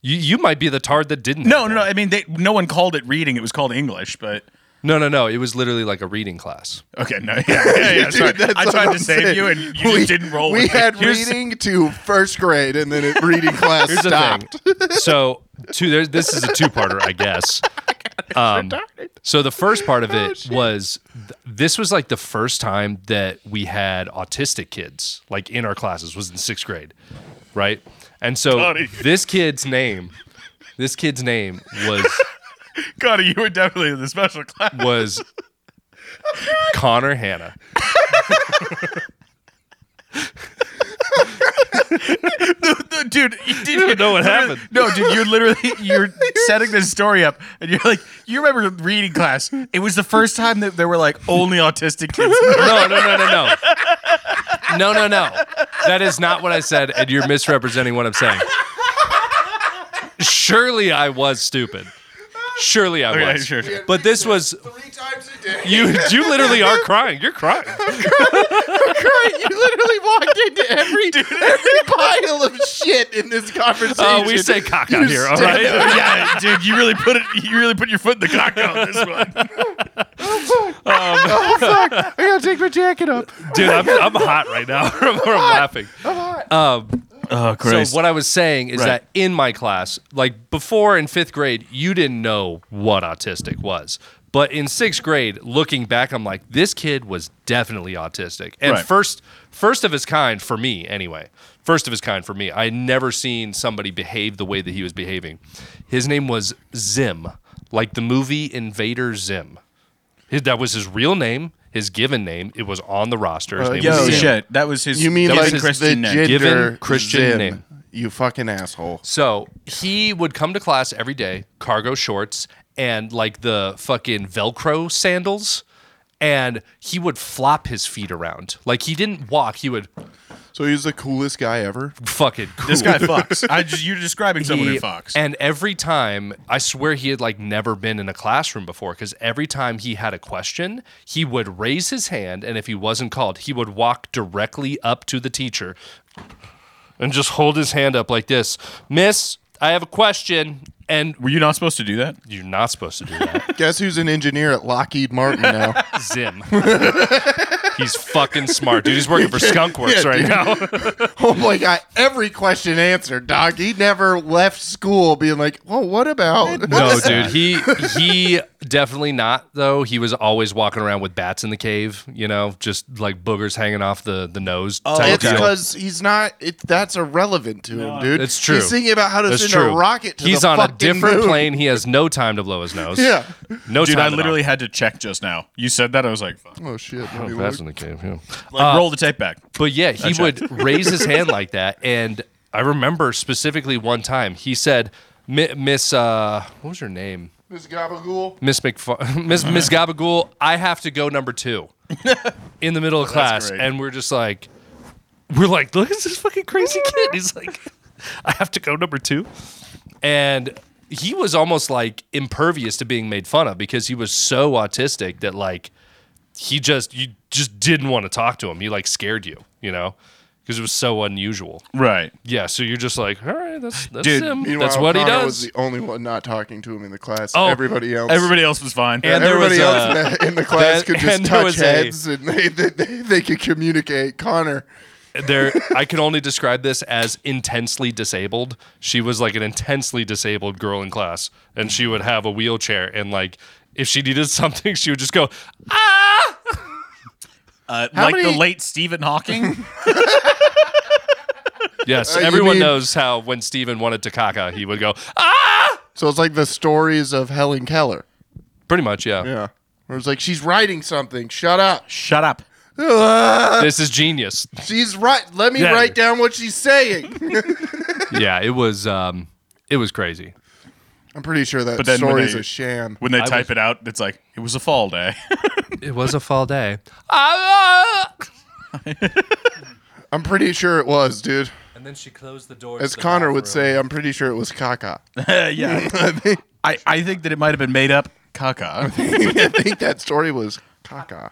[SPEAKER 3] You, you might be the tard that didn't.
[SPEAKER 2] No,
[SPEAKER 3] have
[SPEAKER 2] no,
[SPEAKER 3] one.
[SPEAKER 2] no. I mean, they, no one called it reading. It was called English, but
[SPEAKER 3] no, no, no. It was literally like a reading class.
[SPEAKER 2] okay, no, yeah, yeah, yeah. sorry.
[SPEAKER 1] Dude, that's
[SPEAKER 2] I
[SPEAKER 1] what
[SPEAKER 2] tried
[SPEAKER 1] I'm
[SPEAKER 2] to save
[SPEAKER 1] saying.
[SPEAKER 2] you, and you just didn't roll.
[SPEAKER 1] We
[SPEAKER 2] with
[SPEAKER 1] had
[SPEAKER 2] it. Here's-
[SPEAKER 1] reading to first grade, and then it reading class
[SPEAKER 3] Here's
[SPEAKER 1] stopped.
[SPEAKER 3] the thing. So two, there, this is a two-parter, I guess. Um, so the first part of it was th- this was like the first time that we had autistic kids like in our classes was in sixth grade, right? And so
[SPEAKER 2] Buddy.
[SPEAKER 3] this kid's name, this kid's name was
[SPEAKER 2] Connor, you were definitely in the special class.
[SPEAKER 3] was Connor Hannah.
[SPEAKER 2] dude, you didn't
[SPEAKER 3] even know
[SPEAKER 2] literally-
[SPEAKER 3] what happened.
[SPEAKER 2] No, dude, you're literally you're setting this story up, and you're like, you remember reading class? It was the first time that there were like only autistic kids.
[SPEAKER 3] No, no, no, no, no. No, no, no. That is not what I said, and you're misrepresenting what I'm saying. Surely I was stupid. Surely I
[SPEAKER 2] Okay,
[SPEAKER 3] was.
[SPEAKER 2] sure, sure.
[SPEAKER 3] But this was
[SPEAKER 1] Three times a day.
[SPEAKER 3] you you literally are crying. You're crying.
[SPEAKER 1] you literally walked into every every pile of shit in this conversation.
[SPEAKER 3] Uh, we say cock out here, all right?
[SPEAKER 2] yeah, dude, you really put it. You really put your foot in the cock on this one.
[SPEAKER 1] Oh fuck! I gotta take my jacket off.
[SPEAKER 3] Dude, I'm, I'm hot right now. I'm, I'm laughing. Um,
[SPEAKER 2] Oh,
[SPEAKER 3] So
[SPEAKER 2] Christ.
[SPEAKER 3] what I was saying is
[SPEAKER 2] Right.
[SPEAKER 3] that in my class, like before in fifth grade, you didn't know what autistic was. But in sixth grade, looking back, I'm like, this kid was definitely autistic. And
[SPEAKER 2] Right.
[SPEAKER 3] first first of his kind for me, anyway. First of his kind for me. I had never seen somebody behave the way that he was behaving. His name was Zim, like the movie Invader Zim. His, that was his real name, his given name. It was on the roster. His
[SPEAKER 1] Uh,
[SPEAKER 3] name
[SPEAKER 1] yo,
[SPEAKER 2] Yo,
[SPEAKER 3] was Zim.
[SPEAKER 2] shit. That was his.
[SPEAKER 1] You mean
[SPEAKER 2] that was
[SPEAKER 1] like
[SPEAKER 2] his
[SPEAKER 1] the
[SPEAKER 2] Christian name.
[SPEAKER 1] gender
[SPEAKER 3] Given Christian
[SPEAKER 1] Zim,
[SPEAKER 3] name.
[SPEAKER 1] You fucking asshole.
[SPEAKER 3] So he would come to class every day, cargo shorts and like the fucking Velcro sandals. And he would flop his feet around. Like he didn't walk, he would
[SPEAKER 1] So he's the coolest guy ever.
[SPEAKER 3] fucking cool.
[SPEAKER 2] This guy fucks. I just, you're describing someone
[SPEAKER 3] He-
[SPEAKER 2] who fucks.
[SPEAKER 3] And every time, I swear he had like never been in a classroom before because every time he had a question, he would raise his hand. And if he wasn't called, he would walk directly up to the teacher and just hold his hand up like this Miss, I have a question. And
[SPEAKER 2] Were you not supposed to do that?
[SPEAKER 3] you're not supposed to do that.
[SPEAKER 1] Guess who's an engineer at Lockheed Martin now?
[SPEAKER 3] Zim. He's fucking smart, dude. He's working for Skunkworks
[SPEAKER 1] Yeah,
[SPEAKER 3] right
[SPEAKER 1] dude.
[SPEAKER 3] now.
[SPEAKER 1] oh my god, every question answered, dog. He never left school being like, well, what about?
[SPEAKER 3] No, dude, he he definitely not though. He was always walking around with bats in the cave, you know, just like boogers hanging off the the nose. type
[SPEAKER 1] Oh, It's
[SPEAKER 2] Okay.
[SPEAKER 3] deal.
[SPEAKER 1] because he's not. It, that's irrelevant to him, dude.
[SPEAKER 3] it's true.
[SPEAKER 1] He's thinking about how to
[SPEAKER 3] That's
[SPEAKER 1] send
[SPEAKER 3] true.
[SPEAKER 1] a rocket to
[SPEAKER 3] He's
[SPEAKER 1] the
[SPEAKER 3] on a
[SPEAKER 1] fucking
[SPEAKER 3] different
[SPEAKER 1] moon.
[SPEAKER 3] plane. He has no time to blow his nose.
[SPEAKER 1] Yeah.
[SPEAKER 3] no
[SPEAKER 2] Dude,
[SPEAKER 3] time.
[SPEAKER 2] I
[SPEAKER 3] at all.
[SPEAKER 2] literally had to check just now. You said that, I was like, fuck.
[SPEAKER 1] Oh shit! let me
[SPEAKER 3] If
[SPEAKER 1] look.
[SPEAKER 3] That's in the cave. Yeah.
[SPEAKER 2] Like, roll the tape back.
[SPEAKER 3] But yeah, he
[SPEAKER 2] checked.
[SPEAKER 3] would raise his hand like that, and I remember specifically one time he said, "Mi- "Miss, uh, what was your name?"
[SPEAKER 1] Miss Gabagool.
[SPEAKER 3] Miss McF- Miss Miss Gabagool, I have to go number two in the middle of class,
[SPEAKER 2] great.
[SPEAKER 3] and we're just like, we're like, look at this fucking crazy kid. He's like, I have to go number two, and he was almost like impervious to being made fun of because he was so autistic that like he just you just didn't want to talk to him. He like scared you, you know, because it was so unusual.
[SPEAKER 2] Right.
[SPEAKER 3] Yeah, so you're just like, all right, that's that's
[SPEAKER 2] Dude,
[SPEAKER 3] him.
[SPEAKER 1] Meanwhile,
[SPEAKER 3] That's what he
[SPEAKER 1] Connor
[SPEAKER 3] does.
[SPEAKER 1] was the only one not talking to him in the class.
[SPEAKER 3] Oh,
[SPEAKER 1] everybody else,
[SPEAKER 2] Everybody else was fine.
[SPEAKER 3] And there
[SPEAKER 1] everybody
[SPEAKER 3] was,
[SPEAKER 1] else
[SPEAKER 3] uh,
[SPEAKER 1] in, the, in the class
[SPEAKER 3] there-
[SPEAKER 1] could just
[SPEAKER 3] and there
[SPEAKER 1] touch
[SPEAKER 3] was a-
[SPEAKER 1] heads and they, they, they, they could communicate. Connor,
[SPEAKER 3] there I can only describe this as intensely disabled. She was like an intensely disabled girl in class and she would have a wheelchair and like if she needed something she would just go ah
[SPEAKER 2] uh, like
[SPEAKER 1] many-
[SPEAKER 2] the late Stephen Hawking.
[SPEAKER 3] Yes,
[SPEAKER 1] Uh, you
[SPEAKER 3] everyone
[SPEAKER 1] mean-
[SPEAKER 3] knows how when Steven wanted to caca he would go ah
[SPEAKER 1] so it's like the stories of Helen Keller.
[SPEAKER 3] pretty much yeah.
[SPEAKER 1] Yeah, where it's like she's writing something. Shut up.
[SPEAKER 2] Shut up.
[SPEAKER 3] This is genius.
[SPEAKER 1] She's right. Let me
[SPEAKER 3] Yeah.
[SPEAKER 1] write down what she's saying.
[SPEAKER 3] yeah, it was um it was crazy.
[SPEAKER 1] I'm pretty sure that
[SPEAKER 2] then when
[SPEAKER 1] story's
[SPEAKER 2] they-
[SPEAKER 1] a sham.
[SPEAKER 2] When they
[SPEAKER 3] I
[SPEAKER 2] type
[SPEAKER 3] was-
[SPEAKER 2] it out, it's like, it was a fall day.
[SPEAKER 3] It was a fall day. Ah!
[SPEAKER 1] I'm pretty sure it was, dude.
[SPEAKER 3] And then she closed the door. to
[SPEAKER 1] As
[SPEAKER 3] the
[SPEAKER 1] Connor would
[SPEAKER 3] bathroom.
[SPEAKER 1] say, I'm pretty sure it was caca.
[SPEAKER 2] yeah. I, I think that it might have been made up. Caca.
[SPEAKER 1] I think that story was caca.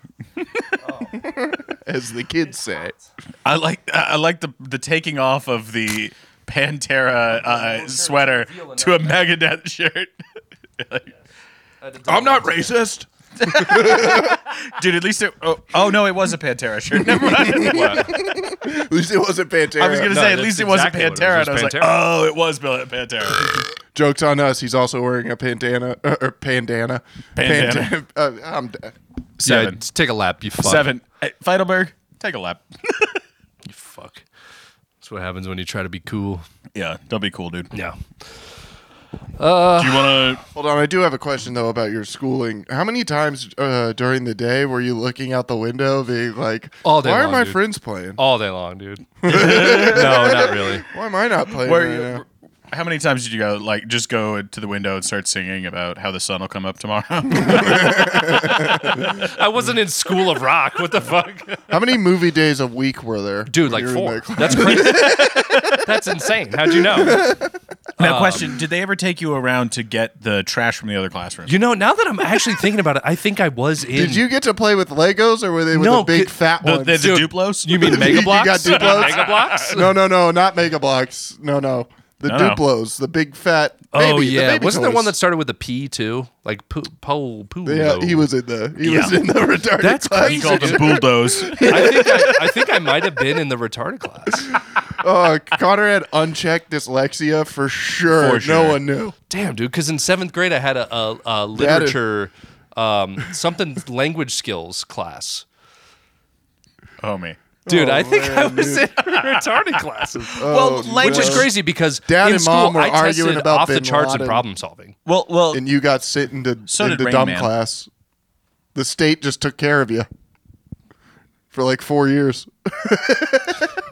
[SPEAKER 1] Oh. As the kids say.
[SPEAKER 2] I like I like the the taking off of the Pantera uh, sweater to a Megadeth shirt.
[SPEAKER 1] I'm not racist.
[SPEAKER 2] Dude, at least it. Oh, oh, no, it was a Pantera shirt. Never mind.
[SPEAKER 1] At least it wasn't Pantera.
[SPEAKER 2] I was gonna
[SPEAKER 3] No,
[SPEAKER 2] say at
[SPEAKER 3] that's
[SPEAKER 2] least it
[SPEAKER 3] exactly
[SPEAKER 2] wasn't
[SPEAKER 3] what it was.
[SPEAKER 2] Pantera.
[SPEAKER 3] It
[SPEAKER 2] and I was
[SPEAKER 3] was
[SPEAKER 2] like,
[SPEAKER 3] Pantera.
[SPEAKER 2] oh, it was Bill- Pantera.
[SPEAKER 1] Joke's on us. He's also wearing a pandana. Uh, or pandana.
[SPEAKER 2] Bandana.
[SPEAKER 1] Panta- uh, I'm d-
[SPEAKER 3] yeah,
[SPEAKER 2] Seven.
[SPEAKER 3] take a lap, you fuck.
[SPEAKER 2] Seven. Hey, Feidelberg, take a lap.
[SPEAKER 3] Fuck. That's what happens when you try to be cool.
[SPEAKER 2] yeah, don't be cool, dude.
[SPEAKER 3] Yeah.
[SPEAKER 2] Do you want to?
[SPEAKER 1] Hold on. I do have a question, though, about your schooling. How many times uh, during the day were you looking out the window being like,
[SPEAKER 3] All day
[SPEAKER 1] why are
[SPEAKER 3] long,
[SPEAKER 1] my
[SPEAKER 3] dude.
[SPEAKER 1] friends playing?
[SPEAKER 3] All day long, dude. no, not really.
[SPEAKER 1] Why am I not playing
[SPEAKER 2] Where
[SPEAKER 1] right
[SPEAKER 2] you?
[SPEAKER 1] now?
[SPEAKER 2] How many times did you go? Like, just go to the window and start singing about how the sun will come up tomorrow.
[SPEAKER 3] I wasn't in School of Rock. What the fuck?
[SPEAKER 1] How many movie days a week were there?
[SPEAKER 3] Dude,
[SPEAKER 1] when
[SPEAKER 3] like
[SPEAKER 1] you were in
[SPEAKER 3] four.
[SPEAKER 1] that class?
[SPEAKER 3] That's crazy. That's insane. How'd you know?
[SPEAKER 2] now, question: Did they ever take you around to get the trash from the other classroom?
[SPEAKER 3] You know, now that I'm actually thinking about it, I think I was in.
[SPEAKER 1] Did you get to play with Legos or were they with
[SPEAKER 3] No,
[SPEAKER 1] the big
[SPEAKER 3] ki-
[SPEAKER 1] fat
[SPEAKER 2] the,
[SPEAKER 1] ones?
[SPEAKER 2] the, the
[SPEAKER 3] Dude,
[SPEAKER 2] Duplos?
[SPEAKER 3] You mean Mega
[SPEAKER 1] You got
[SPEAKER 3] Blocks?
[SPEAKER 1] Duplos?
[SPEAKER 3] Mega Blocks?
[SPEAKER 1] no, no, no, not Mega Blocks. No, no. The
[SPEAKER 2] No, no.
[SPEAKER 1] Duplos, the big fat.
[SPEAKER 3] Oh
[SPEAKER 1] baby- the
[SPEAKER 3] yeah,
[SPEAKER 1] baby
[SPEAKER 3] wasn't there
[SPEAKER 1] toys.
[SPEAKER 3] one that started with a P too? Like poo, pole, poo.
[SPEAKER 1] Yeah, he was in the. He was
[SPEAKER 2] Yeah.
[SPEAKER 1] in the retarded.
[SPEAKER 3] That's
[SPEAKER 1] class.
[SPEAKER 2] He called them bulldoze.
[SPEAKER 3] I think I, I think I might have been in the retarded class.
[SPEAKER 1] Uh, Connor had unchecked dyslexia for sure.
[SPEAKER 2] For sure.
[SPEAKER 1] No one knew.
[SPEAKER 3] Damn, dude. Because in seventh grade, I had a, a, a literature, um, something language skills class.
[SPEAKER 2] Oh me.
[SPEAKER 3] Dude, I think I
[SPEAKER 1] man,
[SPEAKER 3] was
[SPEAKER 1] dude.
[SPEAKER 3] in retarded classes.
[SPEAKER 1] Oh,
[SPEAKER 3] Which is
[SPEAKER 1] no.
[SPEAKER 3] crazy because
[SPEAKER 1] Dad
[SPEAKER 3] in
[SPEAKER 1] and
[SPEAKER 3] school,
[SPEAKER 1] Mom were
[SPEAKER 3] I tested
[SPEAKER 1] arguing about
[SPEAKER 3] off the
[SPEAKER 1] Bin
[SPEAKER 3] charts in
[SPEAKER 1] Laden.
[SPEAKER 3] problem solving.
[SPEAKER 2] Well, well,
[SPEAKER 1] And you got sent into,
[SPEAKER 2] So did
[SPEAKER 1] into
[SPEAKER 2] Rain
[SPEAKER 1] dumb
[SPEAKER 2] Man.
[SPEAKER 1] class. The state just took care of you for like four years.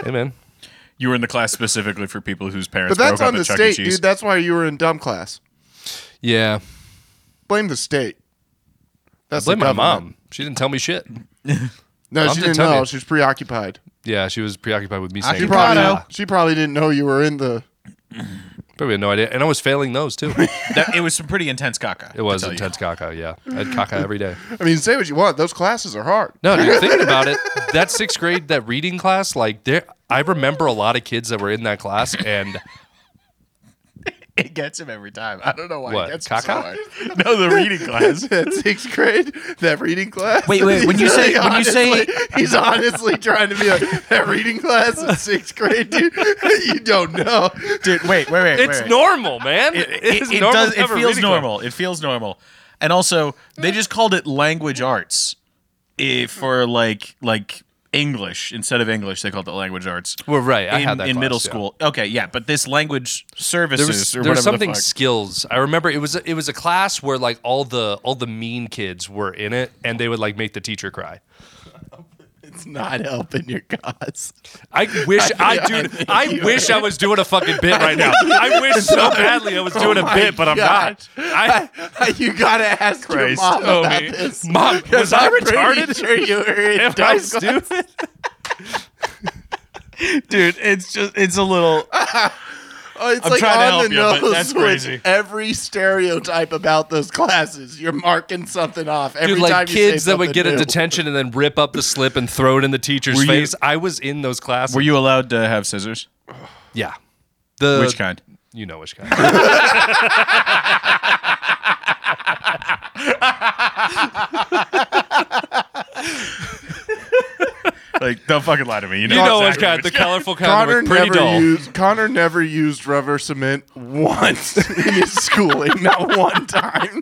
[SPEAKER 3] Hey, man.
[SPEAKER 2] you were in the class specifically for people whose parents
[SPEAKER 1] But that's
[SPEAKER 2] broke
[SPEAKER 1] on
[SPEAKER 2] up
[SPEAKER 1] the
[SPEAKER 2] at Chuck E.
[SPEAKER 1] state,
[SPEAKER 2] Cheese.
[SPEAKER 1] dude. That's why you were in dumb class.
[SPEAKER 3] Yeah.
[SPEAKER 1] Blame the state. That's
[SPEAKER 3] Blame
[SPEAKER 1] the
[SPEAKER 3] my
[SPEAKER 1] government.
[SPEAKER 3] mom. She didn't tell me shit.
[SPEAKER 1] No,
[SPEAKER 3] Mom
[SPEAKER 1] she
[SPEAKER 3] didn't
[SPEAKER 1] didn't
[SPEAKER 3] tell
[SPEAKER 1] know.
[SPEAKER 3] you.
[SPEAKER 1] She was preoccupied.
[SPEAKER 3] Yeah, she was preoccupied with me
[SPEAKER 1] She
[SPEAKER 3] saying
[SPEAKER 1] probably,
[SPEAKER 2] Occupado.
[SPEAKER 1] she probably didn't know you were in the.
[SPEAKER 3] Probably had no idea. And I was failing those too.
[SPEAKER 2] That- it was some pretty intense caca.
[SPEAKER 3] It was intense caca, yeah. I had caca every day.
[SPEAKER 1] I mean, say what you want. Those classes are hard.
[SPEAKER 3] No, dude, thinking about it, that sixth grade, that reading class, like there I remember a lot of kids that were in that class and
[SPEAKER 2] It gets him every time. I don't know why.
[SPEAKER 3] What,
[SPEAKER 2] It gets him so
[SPEAKER 3] caca?
[SPEAKER 2] hard. no, the reading class.
[SPEAKER 1] That sixth grade, that reading class.
[SPEAKER 2] Wait, wait, when you
[SPEAKER 1] He's
[SPEAKER 2] say-
[SPEAKER 1] really
[SPEAKER 2] when you say-
[SPEAKER 1] honestly- he's honestly trying to be like that reading class in sixth grade, dude. You don't know.
[SPEAKER 2] Dude, wait, wait, wait.
[SPEAKER 3] it's
[SPEAKER 2] wait.
[SPEAKER 3] normal, man.
[SPEAKER 2] It,
[SPEAKER 3] It is
[SPEAKER 2] it- it
[SPEAKER 3] normal
[SPEAKER 2] does.
[SPEAKER 3] to
[SPEAKER 2] It
[SPEAKER 3] have a
[SPEAKER 2] feels
[SPEAKER 3] reading class.
[SPEAKER 2] normal. It feels normal. And also, they just called it language arts, eh, for like like English instead of English. They called it language arts.
[SPEAKER 3] Well, right. I
[SPEAKER 2] in,
[SPEAKER 3] had that
[SPEAKER 2] in
[SPEAKER 3] class,
[SPEAKER 2] middle
[SPEAKER 3] yeah.
[SPEAKER 2] school. Okay, yeah, but this language services
[SPEAKER 3] There was,
[SPEAKER 2] or
[SPEAKER 3] there
[SPEAKER 2] whatever
[SPEAKER 3] was
[SPEAKER 2] the
[SPEAKER 3] something
[SPEAKER 2] fuck.
[SPEAKER 3] skills. I remember it was a- it was a class where like all the all the mean kids were in it and they would like make the teacher cry.
[SPEAKER 1] It's not helping your cause.
[SPEAKER 3] I wish I dude I wish I was doing a fucking bit right now. I wish so badly I was doing a
[SPEAKER 1] Oh my
[SPEAKER 3] bit, but I'm
[SPEAKER 1] God.
[SPEAKER 3] not. I
[SPEAKER 1] You gotta ask your mom
[SPEAKER 3] oh,
[SPEAKER 1] about
[SPEAKER 3] man.
[SPEAKER 1] this.
[SPEAKER 3] Mom, was I
[SPEAKER 1] I'm pretty
[SPEAKER 3] retarded?
[SPEAKER 1] Sure you were in
[SPEAKER 3] Am
[SPEAKER 1] dumb
[SPEAKER 3] I
[SPEAKER 1] class.
[SPEAKER 3] stupid?
[SPEAKER 2] dude. It's just it's a little.
[SPEAKER 1] Oh, it's
[SPEAKER 2] I'm
[SPEAKER 1] like
[SPEAKER 2] trying to
[SPEAKER 1] on
[SPEAKER 2] help
[SPEAKER 1] the
[SPEAKER 2] you, but
[SPEAKER 1] nose
[SPEAKER 2] that's
[SPEAKER 1] with
[SPEAKER 2] crazy.
[SPEAKER 1] every stereotype about those classes. You're marking something off every
[SPEAKER 3] Dude,
[SPEAKER 1] time
[SPEAKER 3] like
[SPEAKER 1] you say
[SPEAKER 3] kids that would
[SPEAKER 1] something
[SPEAKER 3] get a
[SPEAKER 1] new.
[SPEAKER 3] detention and then rip up the slip and throw it in the teacher's
[SPEAKER 2] Were you-
[SPEAKER 3] face. I was in those classes.
[SPEAKER 2] Were you allowed to have scissors?
[SPEAKER 3] Yeah. The
[SPEAKER 2] Which kind?
[SPEAKER 3] You know which kind.
[SPEAKER 2] Like, don't fucking lie to me. You know,
[SPEAKER 3] you know which
[SPEAKER 2] exactly
[SPEAKER 3] kind. The colorful kind
[SPEAKER 1] Connor
[SPEAKER 3] with pretty
[SPEAKER 1] never
[SPEAKER 3] doll.
[SPEAKER 1] used Connor never used rubber cement once in his schooling, not one time.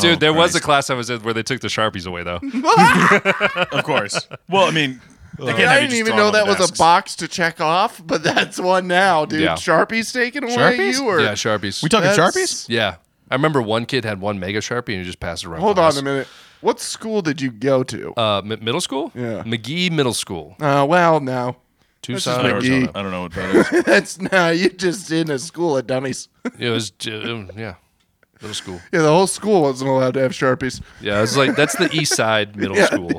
[SPEAKER 3] Dude, there was a
[SPEAKER 2] Christ.
[SPEAKER 3] class I was in where they took the sharpies away though.
[SPEAKER 2] of course. Well, I mean, they can't have
[SPEAKER 1] I
[SPEAKER 2] you
[SPEAKER 1] didn't
[SPEAKER 2] just
[SPEAKER 1] even
[SPEAKER 2] throw
[SPEAKER 1] know
[SPEAKER 2] them on
[SPEAKER 1] that
[SPEAKER 2] the
[SPEAKER 1] was a
[SPEAKER 2] desks.
[SPEAKER 1] box to check off, but that's one now, dude.
[SPEAKER 3] Yeah.
[SPEAKER 1] Sharpie's taken away.
[SPEAKER 2] Sharpies?
[SPEAKER 1] You were
[SPEAKER 3] yeah, sharpies.
[SPEAKER 2] We talking
[SPEAKER 1] That's-
[SPEAKER 2] sharpies?
[SPEAKER 3] yeah. I remember one kid had one mega sharpie and he just passed it around.
[SPEAKER 1] Hold
[SPEAKER 3] class.
[SPEAKER 1] on a minute. What school did you go to?
[SPEAKER 3] Uh, mi- middle school?
[SPEAKER 1] Yeah.
[SPEAKER 3] McGee Middle School,
[SPEAKER 1] Uh, well, no,
[SPEAKER 3] Tucson,
[SPEAKER 1] McGee.
[SPEAKER 3] Arizona.
[SPEAKER 2] I don't know what that is.
[SPEAKER 1] that's no. You just in a school of dummies.
[SPEAKER 3] It was, ju- yeah, middle school.
[SPEAKER 1] Yeah, the whole school wasn't allowed to have sharpies.
[SPEAKER 3] Yeah, it was like that's the East Side Middle
[SPEAKER 1] Yeah,
[SPEAKER 3] School.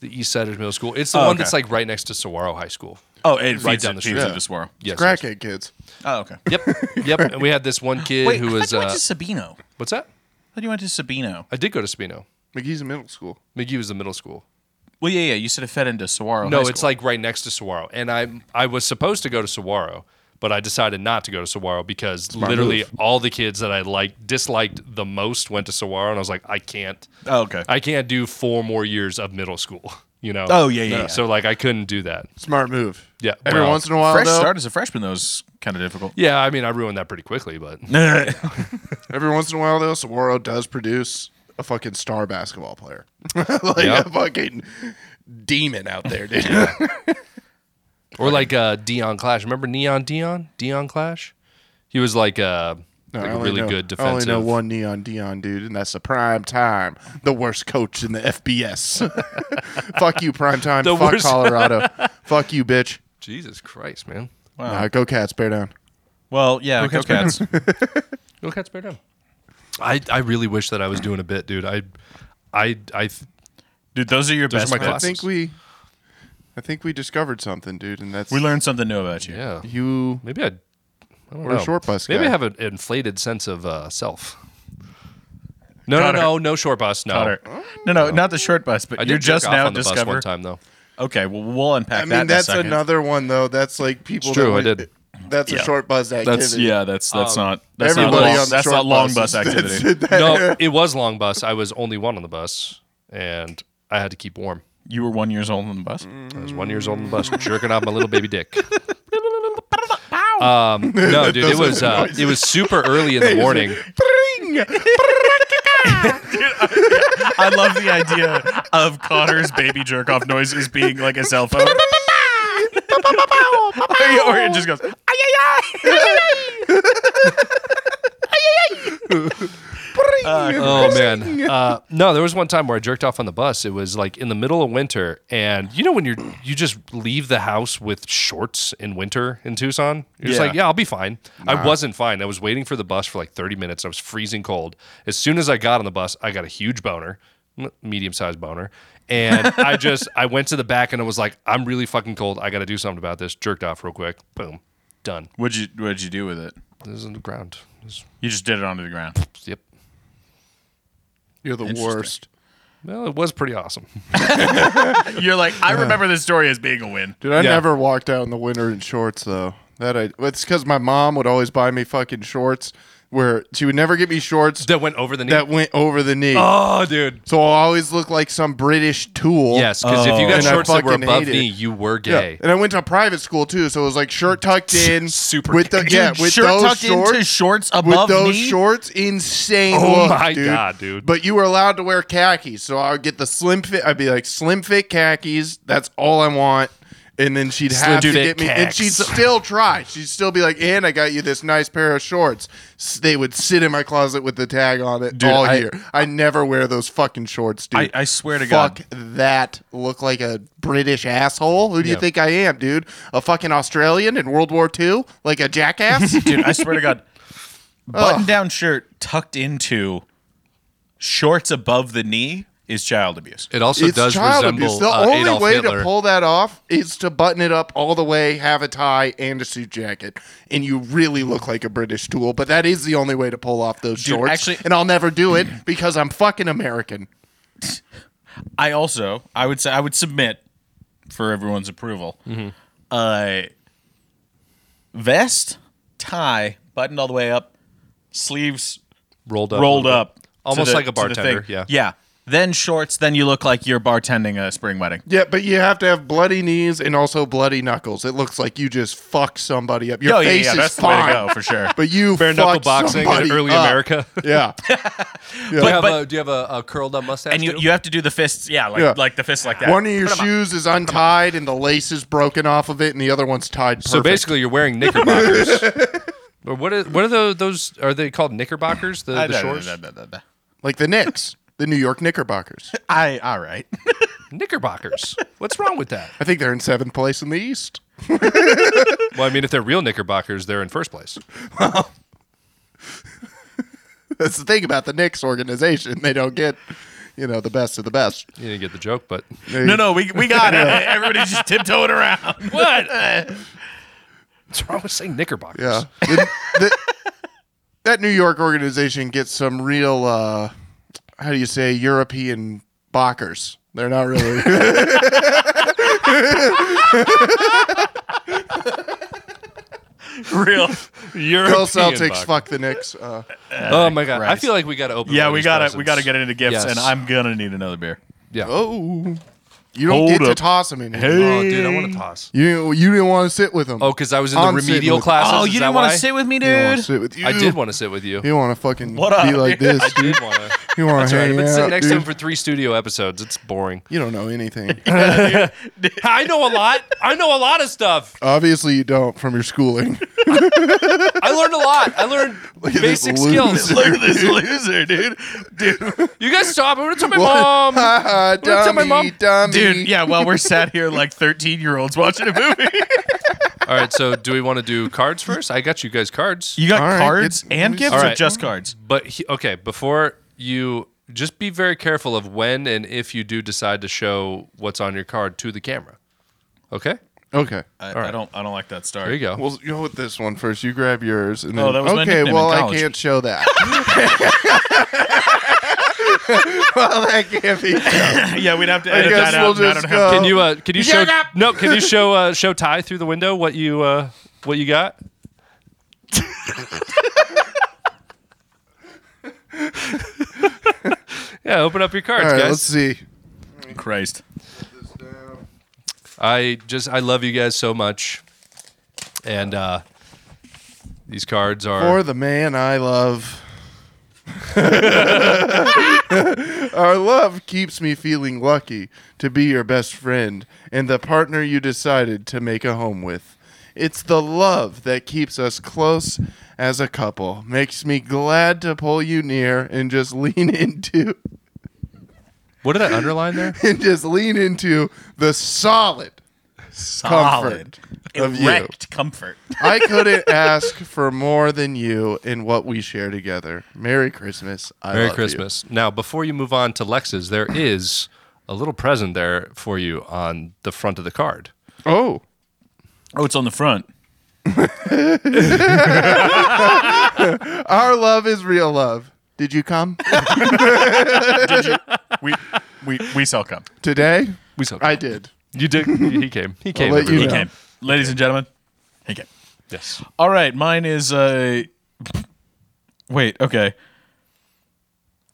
[SPEAKER 3] The East Siders Middle School. It's the
[SPEAKER 2] Oh,
[SPEAKER 3] one
[SPEAKER 2] okay.
[SPEAKER 3] that's like right next to Saguaro High School.
[SPEAKER 2] Oh, it
[SPEAKER 3] Right
[SPEAKER 2] feeds
[SPEAKER 3] down
[SPEAKER 2] it-
[SPEAKER 3] the
[SPEAKER 2] feeds
[SPEAKER 3] street.
[SPEAKER 2] it
[SPEAKER 1] Yeah.
[SPEAKER 2] to Saguaro.
[SPEAKER 3] Yes. yes.
[SPEAKER 1] Crackhead kids.
[SPEAKER 2] Oh, okay.
[SPEAKER 3] Yep. Yep. And we had this one kid
[SPEAKER 2] Wait,
[SPEAKER 3] who was
[SPEAKER 2] I thought you
[SPEAKER 3] uh,
[SPEAKER 2] went to Sabino. I
[SPEAKER 3] what's that?
[SPEAKER 2] thought you went to Sabino.
[SPEAKER 3] I did go to Spino.
[SPEAKER 1] McGee's in middle school.
[SPEAKER 3] McGee was the middle school.
[SPEAKER 2] Well, yeah, yeah. You said it fed into Saguaro.
[SPEAKER 3] No,
[SPEAKER 2] High
[SPEAKER 3] it's
[SPEAKER 2] School.
[SPEAKER 3] like right next to Saguaro. And I I was supposed to go to Saguaro, but I decided not to go to Saguaro because literally all the kids that I liked disliked the most went to Saguaro and I was like, I can't
[SPEAKER 2] Oh, okay.
[SPEAKER 3] I can't do four more years of middle school. You know?
[SPEAKER 2] Oh, yeah, yeah, yeah.
[SPEAKER 3] So like I couldn't do that.
[SPEAKER 1] Smart move.
[SPEAKER 3] Yeah,
[SPEAKER 1] Every
[SPEAKER 3] well,
[SPEAKER 1] once in a while,
[SPEAKER 2] Fresh
[SPEAKER 1] though,
[SPEAKER 2] start as a freshman, though, is kind of difficult.
[SPEAKER 3] Yeah, I mean I ruined that pretty quickly, but
[SPEAKER 1] Every once in a while, though, Saguaro does produce a fucking star basketball player, like
[SPEAKER 3] Yeah.
[SPEAKER 1] a fucking demon out there, dude.
[SPEAKER 3] Or like uh, Dion Clash. Remember Neon Dion? Dion Clash? He was like, uh,
[SPEAKER 1] No,
[SPEAKER 3] like
[SPEAKER 1] I
[SPEAKER 3] a
[SPEAKER 1] only
[SPEAKER 3] really
[SPEAKER 1] know-
[SPEAKER 3] good
[SPEAKER 1] I only
[SPEAKER 3] defensive.
[SPEAKER 1] know one neon Dion dude, and that's the prime time, the worst coach in the FBS. Fuck you, prime time.
[SPEAKER 3] The
[SPEAKER 1] Fuck
[SPEAKER 3] worst-
[SPEAKER 1] Colorado. Fuck you, bitch.
[SPEAKER 3] Jesus Christ, man.
[SPEAKER 1] Nah, go Cats, bear down.
[SPEAKER 2] Well, yeah, go Cats.
[SPEAKER 3] Go Cats Bear Down. I, I really wish that I was doing a bit, dude. I I I th-
[SPEAKER 2] Dude, those are your
[SPEAKER 3] Those are
[SPEAKER 2] best.
[SPEAKER 3] my
[SPEAKER 2] bets.
[SPEAKER 1] I
[SPEAKER 3] classes.
[SPEAKER 1] think we, I think we discovered something, dude, and that's
[SPEAKER 2] We learned something new about you.
[SPEAKER 3] yeah.
[SPEAKER 1] you.
[SPEAKER 3] Maybe I. I don't
[SPEAKER 1] We're a
[SPEAKER 3] know.
[SPEAKER 1] short bus
[SPEAKER 3] Maybe
[SPEAKER 1] guy.
[SPEAKER 3] I have an inflated sense of uh, self. No,
[SPEAKER 2] Connor.
[SPEAKER 3] no, no, no short bus. No,
[SPEAKER 2] Connor. No,
[SPEAKER 1] Oh.
[SPEAKER 2] no, not the short bus, but
[SPEAKER 3] I did
[SPEAKER 2] you're just
[SPEAKER 3] jerk off
[SPEAKER 2] now
[SPEAKER 3] on the bus
[SPEAKER 2] discover.
[SPEAKER 3] one time though.
[SPEAKER 2] Okay, well, we'll unpack
[SPEAKER 1] I mean,
[SPEAKER 2] that. in a
[SPEAKER 1] that's
[SPEAKER 2] second.
[SPEAKER 1] another one though. That's like people.
[SPEAKER 3] It's true,
[SPEAKER 1] that
[SPEAKER 3] I
[SPEAKER 1] would-
[SPEAKER 3] did.
[SPEAKER 1] That's a
[SPEAKER 2] Yeah.
[SPEAKER 1] short buzz activity.
[SPEAKER 2] That's yeah. That's that's not that's not
[SPEAKER 1] Everybody
[SPEAKER 2] long,
[SPEAKER 1] on the
[SPEAKER 2] that's
[SPEAKER 1] short
[SPEAKER 2] not long bus
[SPEAKER 1] buses.
[SPEAKER 2] activity.
[SPEAKER 3] No, it was long bus. I was only one on the bus, and I had to keep warm.
[SPEAKER 2] You were one years old on the bus.
[SPEAKER 1] Mm.
[SPEAKER 3] I was one years old on the bus, jerking off my little baby dick. Um, no, dude, it
[SPEAKER 1] Those are
[SPEAKER 3] was
[SPEAKER 1] the
[SPEAKER 3] uh, it was super early in the morning.
[SPEAKER 1] Bring!
[SPEAKER 2] I love the idea of Connor's baby jerk off noises being like a cell phone. or it just goes. "Ay, ay, ay."
[SPEAKER 3] Oh man, uh, no, there was one time where I jerked off on the bus. It was like in the middle of winter, and you know when you're you just leave the house with shorts in winter in Tucson. You're just
[SPEAKER 2] Yeah.
[SPEAKER 3] like, yeah, I'll be fine. I wasn't fine. I was waiting for the bus for like 30 minutes. I was freezing cold. As soon as I got on the bus, I got a huge boner, medium sized boner, and I just I went to the back and I was like, I'm really fucking cold. I got to do something about this. Jerked off real quick. Boom, done.
[SPEAKER 2] what'd you What'd you do with it?
[SPEAKER 3] This is on the ground. This-
[SPEAKER 2] You just did it onto the ground.
[SPEAKER 3] yep.
[SPEAKER 1] You're the
[SPEAKER 2] Interesting.
[SPEAKER 1] worst.
[SPEAKER 3] Well, it was pretty awesome.
[SPEAKER 2] You're like, I remember this story as being a win.
[SPEAKER 1] Dude, I
[SPEAKER 3] Yeah.
[SPEAKER 1] never walked out in the winter in shorts though. That I it's because my mom would always buy me fucking shorts where she would never get me shorts
[SPEAKER 3] That went over the knee.
[SPEAKER 1] that went over the knee.
[SPEAKER 3] oh, dude.
[SPEAKER 1] So I'll always look like some British tool.
[SPEAKER 3] Yes, because if you got
[SPEAKER 1] And I
[SPEAKER 3] shorts that were
[SPEAKER 1] fucking
[SPEAKER 3] above
[SPEAKER 1] hate it.
[SPEAKER 3] knee, you were
[SPEAKER 1] Yeah.
[SPEAKER 3] gay.
[SPEAKER 1] And I went to a private school too, so it was like shirt tucked in,
[SPEAKER 2] Super
[SPEAKER 1] with the
[SPEAKER 2] gay.
[SPEAKER 1] yeah,
[SPEAKER 2] Dude,
[SPEAKER 1] with
[SPEAKER 2] shirt
[SPEAKER 1] those
[SPEAKER 2] tucked into
[SPEAKER 1] shorts,
[SPEAKER 2] shorts
[SPEAKER 1] with
[SPEAKER 2] above
[SPEAKER 1] those
[SPEAKER 2] knee?
[SPEAKER 1] shorts, insane.
[SPEAKER 3] Oh
[SPEAKER 1] look,
[SPEAKER 3] my
[SPEAKER 1] dude.
[SPEAKER 3] God, dude.
[SPEAKER 1] But you were allowed to wear khakis, so I would get the slim fit. I'd be like slim fit khakis. That's all I want. And then she'd
[SPEAKER 2] Slim
[SPEAKER 1] have to
[SPEAKER 2] fit
[SPEAKER 1] get me, and
[SPEAKER 2] khakis.
[SPEAKER 1] she'd still try. She'd still be like, "And I got you this nice pair of shorts." S- They would sit in my closet with the tag on it
[SPEAKER 2] Dude,
[SPEAKER 1] all
[SPEAKER 2] I-
[SPEAKER 1] year. I never wear those fucking shorts, dude.
[SPEAKER 2] I- I swear to
[SPEAKER 1] Fuck
[SPEAKER 2] God.
[SPEAKER 1] that look like a British asshole? Who do you
[SPEAKER 3] Yeah.
[SPEAKER 1] think I am, dude? A fucking Australian in World War II? Like a jackass?
[SPEAKER 2] Dude, I swear to God. Button down shirt tucked into shorts above the knee is child abuse.
[SPEAKER 3] It also
[SPEAKER 1] it's
[SPEAKER 3] does
[SPEAKER 1] child
[SPEAKER 3] resemble
[SPEAKER 1] abuse. The
[SPEAKER 3] uh,
[SPEAKER 1] only
[SPEAKER 3] Adolf
[SPEAKER 1] way
[SPEAKER 3] Hitler.
[SPEAKER 1] to pull that off is to button it up all the way, have a tie, and a suit jacket. And you really look like a British tool, but that is the only way to pull off those shorts.
[SPEAKER 2] actually-
[SPEAKER 1] and I'll never do it because I'm fucking American.
[SPEAKER 2] I also, I would say, I would submit for everyone's approval. Uh, vest, tie, buttoned all the way up, sleeves
[SPEAKER 3] rolled up.
[SPEAKER 2] rolled up, to
[SPEAKER 3] Almost like
[SPEAKER 2] to
[SPEAKER 3] a bartender,
[SPEAKER 2] thing.
[SPEAKER 3] yeah.
[SPEAKER 2] yeah. Then shorts. Then you look like you're bartending a spring wedding.
[SPEAKER 1] Yeah, but you have to have bloody knees and also bloody knuckles. It looks like you just fuck somebody up. Your
[SPEAKER 2] Oh, yeah,
[SPEAKER 1] face
[SPEAKER 2] yeah,
[SPEAKER 1] is
[SPEAKER 2] that's the way to
[SPEAKER 1] fine,
[SPEAKER 2] go, for sure.
[SPEAKER 1] But you
[SPEAKER 3] Bare knuckle
[SPEAKER 1] fuck
[SPEAKER 3] boxing in
[SPEAKER 1] somebody
[SPEAKER 3] early
[SPEAKER 1] up.
[SPEAKER 3] America.
[SPEAKER 1] Yeah,
[SPEAKER 3] Do you have,
[SPEAKER 2] but-
[SPEAKER 3] a, do you have a, a curled up mustache?
[SPEAKER 2] And you,
[SPEAKER 3] too?
[SPEAKER 2] you have to do the fists, yeah, like
[SPEAKER 1] Yeah.
[SPEAKER 2] like the fist like that.
[SPEAKER 1] one of your shoes is untied and the lace is broken off of it, and the other one's tied. Perfect.
[SPEAKER 3] so basically, you're wearing knickerbockers. or what? Are, what are those, those? Are they called knickerbockers? The,
[SPEAKER 2] I,
[SPEAKER 3] the shorts.
[SPEAKER 1] like the Knicks, the New York Knickerbockers.
[SPEAKER 2] I all right.
[SPEAKER 3] Knickerbockers. What's wrong with that?
[SPEAKER 1] I think they're in seventh place in the East.
[SPEAKER 3] Well, I mean, if they're real knickerbockers, they're in first place.
[SPEAKER 1] That's the thing about the Knicks organization; they don't get, you know, the best of the best.
[SPEAKER 3] You didn't get the joke, but
[SPEAKER 2] no, no, we, we got it. Everybody's just tiptoeing around. What?
[SPEAKER 3] what's wrong with saying knickerbockers?
[SPEAKER 1] Yeah, The- the- that New York organization gets some real, uh, how do you say, European bockers. They're not really.
[SPEAKER 2] Real.
[SPEAKER 1] Bill
[SPEAKER 3] European
[SPEAKER 1] Celtics
[SPEAKER 3] bock-
[SPEAKER 1] fuck the Knicks. Uh,
[SPEAKER 3] Oh my god! I
[SPEAKER 2] Christ.
[SPEAKER 3] feel like we got to open.
[SPEAKER 2] Yeah,
[SPEAKER 3] one of
[SPEAKER 2] we
[SPEAKER 3] these
[SPEAKER 2] gotta
[SPEAKER 3] presents.
[SPEAKER 2] we gotta get into gifts,
[SPEAKER 3] Yes.
[SPEAKER 2] and I'm gonna need another beer.
[SPEAKER 3] Yeah.
[SPEAKER 1] oh, you don't
[SPEAKER 2] Hold
[SPEAKER 1] get to
[SPEAKER 2] up.
[SPEAKER 1] toss them in here.
[SPEAKER 3] Oh, dude, I want to toss.
[SPEAKER 1] You you didn't want to sit with them.
[SPEAKER 3] Oh, because I was in
[SPEAKER 1] I'm
[SPEAKER 3] the
[SPEAKER 1] sitting
[SPEAKER 3] remedial
[SPEAKER 1] with-
[SPEAKER 3] classes.
[SPEAKER 2] oh,
[SPEAKER 3] is
[SPEAKER 2] you
[SPEAKER 3] that
[SPEAKER 2] didn't want
[SPEAKER 3] why?
[SPEAKER 2] to sit with me,
[SPEAKER 1] You want
[SPEAKER 2] dude.
[SPEAKER 1] to sit with you.
[SPEAKER 3] I did want to sit with you.
[SPEAKER 1] You want to fucking
[SPEAKER 2] What
[SPEAKER 1] be
[SPEAKER 2] up,
[SPEAKER 1] like
[SPEAKER 2] dude?
[SPEAKER 1] this, dude.
[SPEAKER 3] did want to.
[SPEAKER 1] You want to
[SPEAKER 3] Sorry, I've
[SPEAKER 1] hang
[SPEAKER 3] been
[SPEAKER 1] out,
[SPEAKER 3] sitting next to him
[SPEAKER 1] dude.
[SPEAKER 3] for three studio episodes. It's boring.
[SPEAKER 1] You don't know anything.
[SPEAKER 3] I know a lot. I know a lot of stuff.
[SPEAKER 1] Obviously, you don't from your schooling.
[SPEAKER 3] I learned a lot. I learned
[SPEAKER 1] at this
[SPEAKER 3] basic skills.
[SPEAKER 1] loser.
[SPEAKER 2] Look at this loser, dude. Dude,
[SPEAKER 3] You guys stop. I'm gonna tell my mom.
[SPEAKER 1] Haha,
[SPEAKER 3] tell my
[SPEAKER 1] dummy,
[SPEAKER 3] mom.
[SPEAKER 1] dummy.
[SPEAKER 2] dude. Yeah, while we're sat here like 13 year olds watching a movie.
[SPEAKER 3] All right. So, do we want to do cards first? I got you guys cards.
[SPEAKER 2] You got
[SPEAKER 1] All right, it's-
[SPEAKER 2] cards and gifts,
[SPEAKER 3] All
[SPEAKER 2] or
[SPEAKER 3] right.
[SPEAKER 2] just cards?
[SPEAKER 3] But he, okay, before you, just be very careful of when and if you do decide to show what's on your card to the camera. Okay.
[SPEAKER 1] Okay.
[SPEAKER 2] I,
[SPEAKER 3] right.
[SPEAKER 2] I don't. I don't like that start.
[SPEAKER 3] There you go.
[SPEAKER 1] Well, you go with this one first. You grab yours, and then
[SPEAKER 2] Oh, that was my
[SPEAKER 1] okay.
[SPEAKER 2] nickname in
[SPEAKER 1] well, I
[SPEAKER 2] college.
[SPEAKER 1] can't show that. well, that can't be. shown.
[SPEAKER 2] yeah, we'd have to edit
[SPEAKER 1] guess
[SPEAKER 2] that out.
[SPEAKER 1] we'll
[SPEAKER 2] and I
[SPEAKER 1] just
[SPEAKER 2] don't have
[SPEAKER 1] go-
[SPEAKER 2] to.
[SPEAKER 3] Can you uh can you show
[SPEAKER 1] Oh. Shut up!
[SPEAKER 3] no can you show uh show Ty through the window what you uh what you got? yeah, open up your cards,
[SPEAKER 1] All right, let's
[SPEAKER 3] guys.
[SPEAKER 1] see.
[SPEAKER 2] Christ.
[SPEAKER 3] I just I love you guys so much. And uh These cards are
[SPEAKER 1] For the man I love. Our love keeps me feeling lucky to be your best friend and the partner you decided to make a home with. It's the love that keeps us close as a couple, makes me glad to pull you near and just lean into
[SPEAKER 3] What did I underline there?
[SPEAKER 1] and just lean into the solid, comfort
[SPEAKER 2] Solid.
[SPEAKER 1] of you.
[SPEAKER 2] Erect comfort.
[SPEAKER 1] I couldn't ask for more than you and what we share together. Merry Christmas. I
[SPEAKER 3] Merry
[SPEAKER 1] love you.
[SPEAKER 3] Christmas. Now, before you move on to Lex's, there is a little present there for you on the front of the card.
[SPEAKER 1] Oh,
[SPEAKER 2] Oh, it's on the front.
[SPEAKER 1] our love is real love. Did you come
[SPEAKER 2] We we we sell cum.
[SPEAKER 1] today?
[SPEAKER 3] We saw
[SPEAKER 1] I did.
[SPEAKER 3] you did. He came. He came.
[SPEAKER 1] let
[SPEAKER 3] everybody.
[SPEAKER 1] you
[SPEAKER 2] He
[SPEAKER 1] know.
[SPEAKER 2] came. Ladies and gentlemen, he came.
[SPEAKER 3] Yes.
[SPEAKER 2] All right, mine is uh Wait, okay.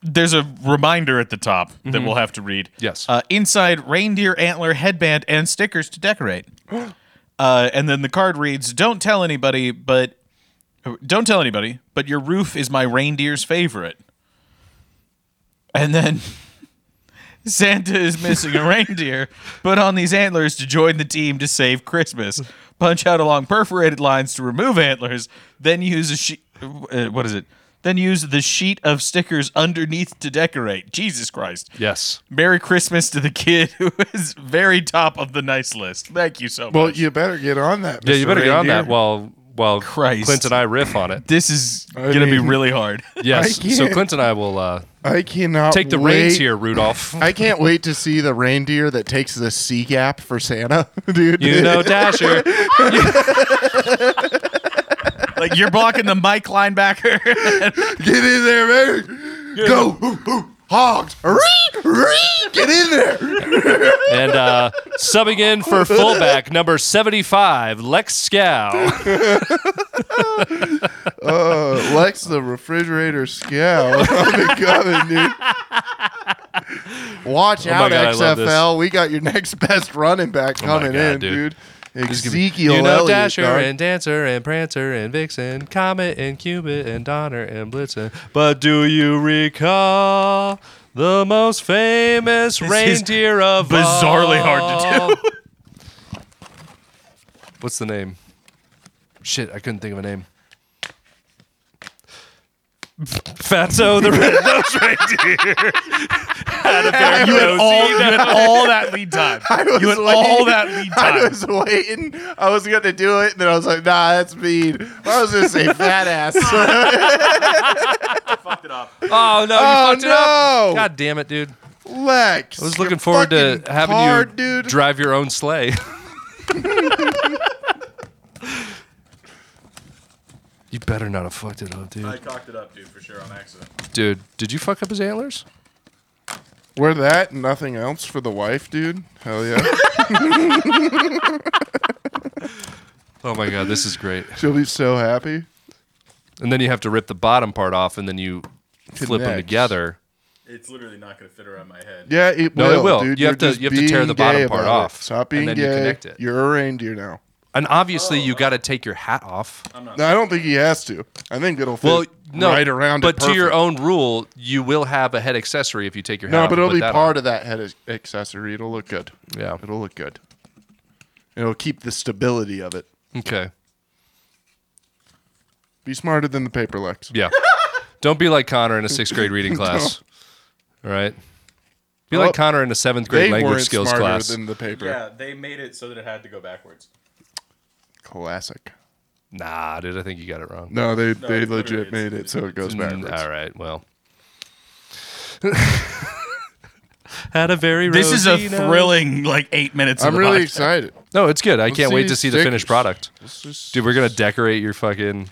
[SPEAKER 2] There's a reminder at the top that we'll have to read.
[SPEAKER 3] Yes.
[SPEAKER 2] Uh, inside reindeer antler headband and stickers to decorate. uh, and then the card reads, "Don't tell anybody, but don't tell anybody, but your roof is my reindeer's favorite." And then Santa is missing a reindeer. Put on these antlers to join the team to save Christmas. Punch out along perforated lines to remove antlers. Then use a sheet. Uh, what is it? Then use the sheet of stickers underneath to decorate. Jesus Christ.
[SPEAKER 3] Yes.
[SPEAKER 2] Merry Christmas to the kid who is very top of the nice list. Thank you so much.
[SPEAKER 1] Well, you better get on that.
[SPEAKER 3] Yeah, you
[SPEAKER 1] Mr.
[SPEAKER 3] better get on
[SPEAKER 1] Reindeer.
[SPEAKER 3] that while while
[SPEAKER 2] Christ.
[SPEAKER 3] Clint and I riff on it.
[SPEAKER 2] this is
[SPEAKER 1] I
[SPEAKER 2] gonna be
[SPEAKER 1] mean-
[SPEAKER 2] really hard.
[SPEAKER 3] Yes.
[SPEAKER 1] I can't-
[SPEAKER 3] So Clint and I will uh,
[SPEAKER 1] I cannot
[SPEAKER 3] take the
[SPEAKER 1] wait.
[SPEAKER 3] reins here, Rudolph.
[SPEAKER 1] I can't wait to see the reindeer that takes the C gap for Santa, dude.
[SPEAKER 3] You know, Dasher.
[SPEAKER 2] like you're blocking the Mike linebacker.
[SPEAKER 1] get in there, man. Go, Ooh, ooh. hogs. Ree, ree. Get in there.
[SPEAKER 3] And uh, subbing in for fullback number 75, Lex Scow.
[SPEAKER 1] Uh, Lex the refrigerator scowl. I'm coming, dude. Watch
[SPEAKER 3] Oh my
[SPEAKER 1] out,
[SPEAKER 3] God, I love this. Oh
[SPEAKER 1] XFL. We got your next best running back coming
[SPEAKER 3] God,
[SPEAKER 1] in,
[SPEAKER 3] dude.
[SPEAKER 1] dude.
[SPEAKER 3] Just give
[SPEAKER 1] Ezekiel
[SPEAKER 3] me- You know
[SPEAKER 1] Elliott,
[SPEAKER 3] Dasher
[SPEAKER 1] dog.
[SPEAKER 3] and Dancer and Prancer and Vixen, Comet and Cupid and Donner and Blitzen. But do you recall the most famous
[SPEAKER 2] is
[SPEAKER 3] reindeer of
[SPEAKER 2] bizarrely
[SPEAKER 3] all?
[SPEAKER 2] hard
[SPEAKER 3] to do. What's the name? Shit, I couldn't think of a name. Fatso the Red Nosed Reindeer. Had a very
[SPEAKER 2] you had
[SPEAKER 3] rosy
[SPEAKER 2] all you had all that lead time.
[SPEAKER 1] was
[SPEAKER 2] You had
[SPEAKER 1] waiting-
[SPEAKER 2] all that lead
[SPEAKER 1] I
[SPEAKER 2] time.
[SPEAKER 1] was waiting. I was gonna do it, and then I was like, "Nah, that's mean." I was gonna say fat ass.
[SPEAKER 3] Oh no, you
[SPEAKER 1] Oh,
[SPEAKER 3] fucked it up.
[SPEAKER 1] no.
[SPEAKER 3] God damn it, dude.
[SPEAKER 1] Lex,
[SPEAKER 3] I was looking forward to having
[SPEAKER 1] card,
[SPEAKER 3] you
[SPEAKER 1] dude.
[SPEAKER 3] drive your own sleigh. you better not have fucked it up, dude.
[SPEAKER 2] cocked it up, dude, for sure on accident.
[SPEAKER 3] Dude, did you fuck up his antlers?
[SPEAKER 1] We're that and nothing else for the wife, dude. Hell yeah,
[SPEAKER 3] Oh my god, this is great.
[SPEAKER 1] she'll be so happy.
[SPEAKER 3] And then you have to rip the bottom part off, and then you flip them
[SPEAKER 1] Connects.
[SPEAKER 3] together.
[SPEAKER 2] It's literally not going to fit around my head.
[SPEAKER 1] Yeah, it
[SPEAKER 3] No,
[SPEAKER 1] will.
[SPEAKER 3] it will.
[SPEAKER 1] Dude.
[SPEAKER 3] You have
[SPEAKER 1] You're
[SPEAKER 3] to-
[SPEAKER 1] just
[SPEAKER 3] you have to tear
[SPEAKER 1] being
[SPEAKER 3] the bottom
[SPEAKER 1] gay
[SPEAKER 3] part
[SPEAKER 1] about
[SPEAKER 3] off,
[SPEAKER 1] It. Stop
[SPEAKER 3] and
[SPEAKER 1] being
[SPEAKER 3] then you
[SPEAKER 1] gay.
[SPEAKER 3] connect it.
[SPEAKER 1] You're a reindeer now.
[SPEAKER 3] And obviously, you got to take your hat off.
[SPEAKER 1] No, I don't think he has to. I think it'll fit
[SPEAKER 3] Well, no,
[SPEAKER 1] right around.
[SPEAKER 3] But
[SPEAKER 1] it
[SPEAKER 3] to your
[SPEAKER 1] perfect.
[SPEAKER 3] own rule, you will have a head accessory if you take your hat
[SPEAKER 1] no,
[SPEAKER 3] off.
[SPEAKER 1] but
[SPEAKER 3] and
[SPEAKER 1] it'll
[SPEAKER 3] put
[SPEAKER 1] be
[SPEAKER 3] that
[SPEAKER 1] part of that head ac- accessory. It'll look good.
[SPEAKER 3] on. Yeah.
[SPEAKER 1] It'll look good. It'll keep the stability of it.
[SPEAKER 3] Okay.
[SPEAKER 1] Be smarter than the paper Lex.
[SPEAKER 3] Yeah. Don't be like Connor in a sixth grade reading class. All right. Be
[SPEAKER 1] Well,
[SPEAKER 3] like Connor in a seventh
[SPEAKER 1] They
[SPEAKER 3] grade language
[SPEAKER 1] weren't
[SPEAKER 3] skills
[SPEAKER 1] smarter
[SPEAKER 3] class.
[SPEAKER 1] than the paper.
[SPEAKER 2] they made it so that it had to go backwards.
[SPEAKER 1] Classic.
[SPEAKER 3] nah, dude, I think you got it wrong.
[SPEAKER 1] No, they they
[SPEAKER 2] literally,
[SPEAKER 1] legit
[SPEAKER 2] it's-
[SPEAKER 1] made it so it goes
[SPEAKER 3] Mm,
[SPEAKER 1] backwards.
[SPEAKER 3] all right. Well. Had a very
[SPEAKER 2] This is a
[SPEAKER 3] rosy nose.
[SPEAKER 2] thrilling like eight minutes.
[SPEAKER 1] I'm
[SPEAKER 2] of the
[SPEAKER 1] really
[SPEAKER 2] podcast.
[SPEAKER 1] excited.
[SPEAKER 3] No, it's good. I can't wait to see
[SPEAKER 1] see
[SPEAKER 3] the finished
[SPEAKER 1] stickers.
[SPEAKER 3] product.
[SPEAKER 1] Let's just
[SPEAKER 3] Dude, we're gonna decorate your fucking.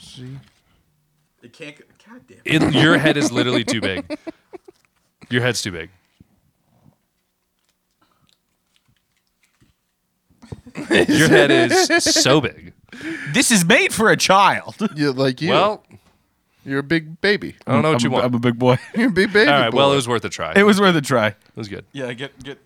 [SPEAKER 4] It can't. go- God damn. It.
[SPEAKER 3] It, your head is literally too big. Your head's too big. Your head is so big.
[SPEAKER 2] This is made for a child.
[SPEAKER 1] yeah, like you.
[SPEAKER 3] Well,
[SPEAKER 1] you're a big baby.
[SPEAKER 3] I don't know what you
[SPEAKER 2] I'm,
[SPEAKER 3] want.
[SPEAKER 2] I'm a big boy.
[SPEAKER 1] You're a big baby.
[SPEAKER 3] All right.
[SPEAKER 1] boy.
[SPEAKER 3] Well, it was worth a try.
[SPEAKER 2] It
[SPEAKER 3] It
[SPEAKER 2] was worth a try.
[SPEAKER 3] was good.
[SPEAKER 2] Yeah, get get.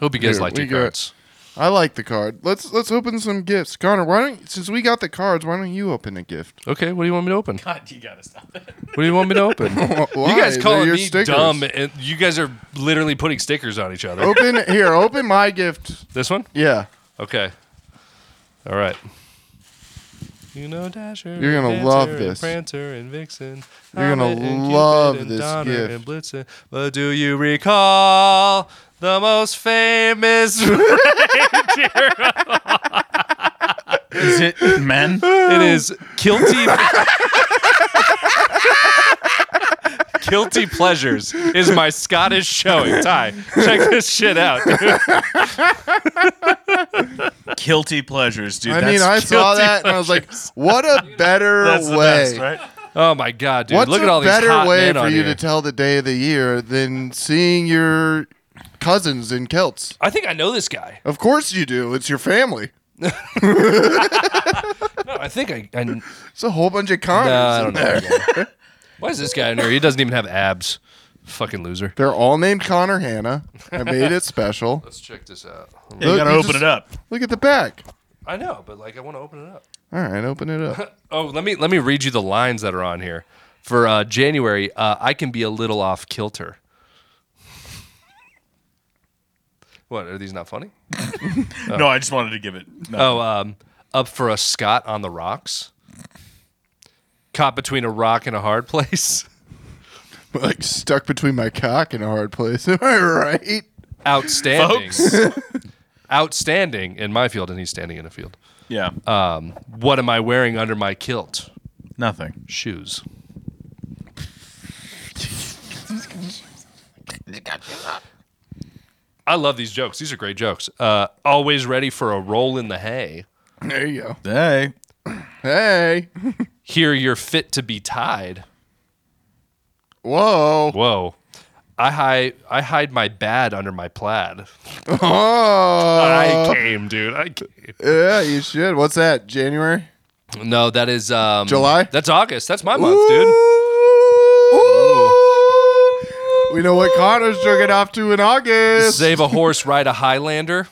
[SPEAKER 3] Hope you guys
[SPEAKER 1] Here,
[SPEAKER 3] liked
[SPEAKER 1] we
[SPEAKER 3] your
[SPEAKER 1] got-
[SPEAKER 3] cards.
[SPEAKER 1] I like the card. Let's let's open some gifts. Connor, why don't since we got the cards, why don't you open a gift?
[SPEAKER 3] Okay, what do you want me to open?
[SPEAKER 2] God, you gotta stop it.
[SPEAKER 3] What do you want me to open? you
[SPEAKER 1] Why?
[SPEAKER 3] guys
[SPEAKER 1] They're
[SPEAKER 3] calling
[SPEAKER 1] your
[SPEAKER 3] me
[SPEAKER 1] stickers.
[SPEAKER 3] dumb, and you guys are literally putting stickers on each other.
[SPEAKER 1] Open here. Open my gift.
[SPEAKER 3] This one?
[SPEAKER 1] Yeah,
[SPEAKER 3] Okay. All right. You know Dasher.
[SPEAKER 1] You're
[SPEAKER 3] and
[SPEAKER 1] gonna
[SPEAKER 3] Dancer
[SPEAKER 1] love
[SPEAKER 3] and
[SPEAKER 1] this.
[SPEAKER 3] Prancer and Vixen.
[SPEAKER 1] You're gonna
[SPEAKER 3] Comet and Cupid
[SPEAKER 1] love
[SPEAKER 3] and
[SPEAKER 1] this
[SPEAKER 3] Donner
[SPEAKER 1] gift.
[SPEAKER 3] And Blitzen. But do you recall the most famous reindeer?
[SPEAKER 2] Is it men?
[SPEAKER 3] it is guilty. Guilty Pleasures is my Scottish showing. Ty, check this shit out. dude.
[SPEAKER 2] Guilty pleasures, dude.
[SPEAKER 1] I
[SPEAKER 2] That's
[SPEAKER 1] mean, I saw
[SPEAKER 3] guilty
[SPEAKER 1] that and I was like, what a better
[SPEAKER 2] that's
[SPEAKER 1] way.
[SPEAKER 2] the best, right?
[SPEAKER 3] Oh my god, dude!
[SPEAKER 1] What's
[SPEAKER 3] Look
[SPEAKER 1] a
[SPEAKER 3] at all these
[SPEAKER 1] better
[SPEAKER 3] hot
[SPEAKER 1] way
[SPEAKER 3] men
[SPEAKER 1] for
[SPEAKER 3] on
[SPEAKER 1] you
[SPEAKER 3] here.
[SPEAKER 1] to tell the day of the year than seeing your cousins in kilts?
[SPEAKER 3] I think I know this guy.
[SPEAKER 1] Of course you do. It's your family.
[SPEAKER 3] No, I think I. I no,
[SPEAKER 1] It's a whole bunch of Connors
[SPEAKER 3] I don't
[SPEAKER 1] in
[SPEAKER 3] know.
[SPEAKER 1] there.
[SPEAKER 3] Yeah. Why is this guy in here? He doesn't even have abs. Fucking loser.
[SPEAKER 1] They're all named Connor Hannah. I made it special.
[SPEAKER 3] Let's check this out.
[SPEAKER 2] You gotta
[SPEAKER 1] you
[SPEAKER 2] open
[SPEAKER 1] just-
[SPEAKER 2] it up.
[SPEAKER 1] Look at the back.
[SPEAKER 3] I know, but like, I want to open it up.
[SPEAKER 1] All right, open it up.
[SPEAKER 3] Oh, let me let me read you the lines that are on here for uh, January. Uh, I can be a little off kilter. What are these not funny?
[SPEAKER 2] No, I just wanted to give it. No.
[SPEAKER 3] Oh, um, up for a Scott on the rocks. Caught between a rock and a hard place.
[SPEAKER 1] like stuck between my cock and a hard place. Am I right?
[SPEAKER 3] outstanding. outstanding in my field, and he's standing in a field.
[SPEAKER 2] Yeah.
[SPEAKER 3] What am I wearing under my kilt?
[SPEAKER 2] Nothing.
[SPEAKER 3] Shoes. I love these jokes. These are great jokes. Uh, always ready for a roll in the hay.
[SPEAKER 1] There you go.
[SPEAKER 2] Hey.
[SPEAKER 1] Hey.
[SPEAKER 3] Here you're fit to be tied.
[SPEAKER 1] Whoa.
[SPEAKER 3] Whoa. I hide I hide my bad under my plaid.
[SPEAKER 1] Oh.
[SPEAKER 3] I came, dude. I came.
[SPEAKER 1] Yeah, you should. What's that? January?
[SPEAKER 3] No, that is um,
[SPEAKER 1] July?
[SPEAKER 3] That's August. That's my month, dude.
[SPEAKER 1] We know what Connor's jerking off to in August.
[SPEAKER 3] Save a horse, ride a Highlander.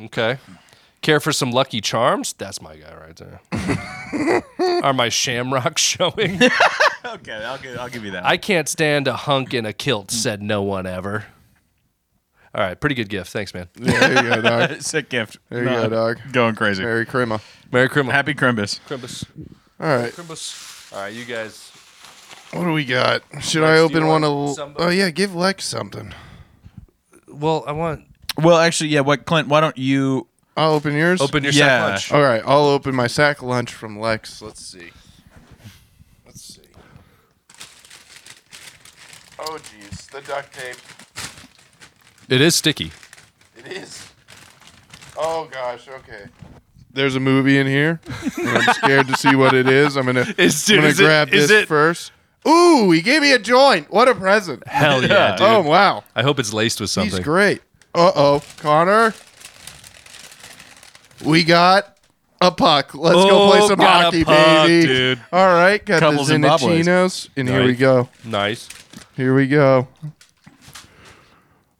[SPEAKER 3] Okay. Care for some Lucky Charms? That's my guy right there. Are my shamrocks showing?
[SPEAKER 2] Okay, I'll give, I'll give you that.
[SPEAKER 3] I can't stand a hunk in a kilt, said no one ever. All right, pretty good gift. Thanks, man.
[SPEAKER 1] Yeah, there you go, dog.
[SPEAKER 2] Sick gift.
[SPEAKER 1] There you go, dog.
[SPEAKER 2] Going crazy.
[SPEAKER 1] Merry Crema.
[SPEAKER 3] Merry Christmas.
[SPEAKER 2] Happy Crimbus.
[SPEAKER 3] Crimbus.
[SPEAKER 1] All right.
[SPEAKER 3] Crimbus. All right, you guys.
[SPEAKER 1] What do we got? Should I
[SPEAKER 3] Lex, do
[SPEAKER 1] open
[SPEAKER 3] you
[SPEAKER 1] one
[SPEAKER 3] want
[SPEAKER 1] of?
[SPEAKER 3] somebody?
[SPEAKER 1] Oh yeah, give Lex something.
[SPEAKER 3] Well, I want
[SPEAKER 2] Well, actually, yeah. What, Clint? Why don't you?
[SPEAKER 1] I'll open yours.
[SPEAKER 3] open your
[SPEAKER 2] Yeah.
[SPEAKER 3] sack lunch.
[SPEAKER 1] All right, I'll open my sack lunch from Lex. Let's see. Let's see. Oh jeez, the duct tape.
[SPEAKER 3] It is sticky.
[SPEAKER 1] It is. Oh gosh. Okay. There's a movie in here. and I'm scared to see what it is. I'm gonna.
[SPEAKER 3] Is-
[SPEAKER 1] I'm gonna
[SPEAKER 3] is it-
[SPEAKER 1] grab
[SPEAKER 3] is
[SPEAKER 1] this
[SPEAKER 3] it-
[SPEAKER 1] first. Ooh, he gave me a joint. What a present.
[SPEAKER 3] Hell yeah, dude.
[SPEAKER 1] Oh wow.
[SPEAKER 3] I hope it's laced with something.
[SPEAKER 1] He's great. Uh oh, Connor. We got a puck. Let's go
[SPEAKER 3] Oh,
[SPEAKER 1] play some
[SPEAKER 3] got a
[SPEAKER 1] hockey,
[SPEAKER 3] puck,
[SPEAKER 1] baby.
[SPEAKER 3] dude.
[SPEAKER 1] All right, got
[SPEAKER 2] Couple
[SPEAKER 1] the
[SPEAKER 2] Zimbabweans.
[SPEAKER 1] Zinichinos, and here we
[SPEAKER 3] Nice.
[SPEAKER 1] go.
[SPEAKER 3] Nice.
[SPEAKER 1] Here we go.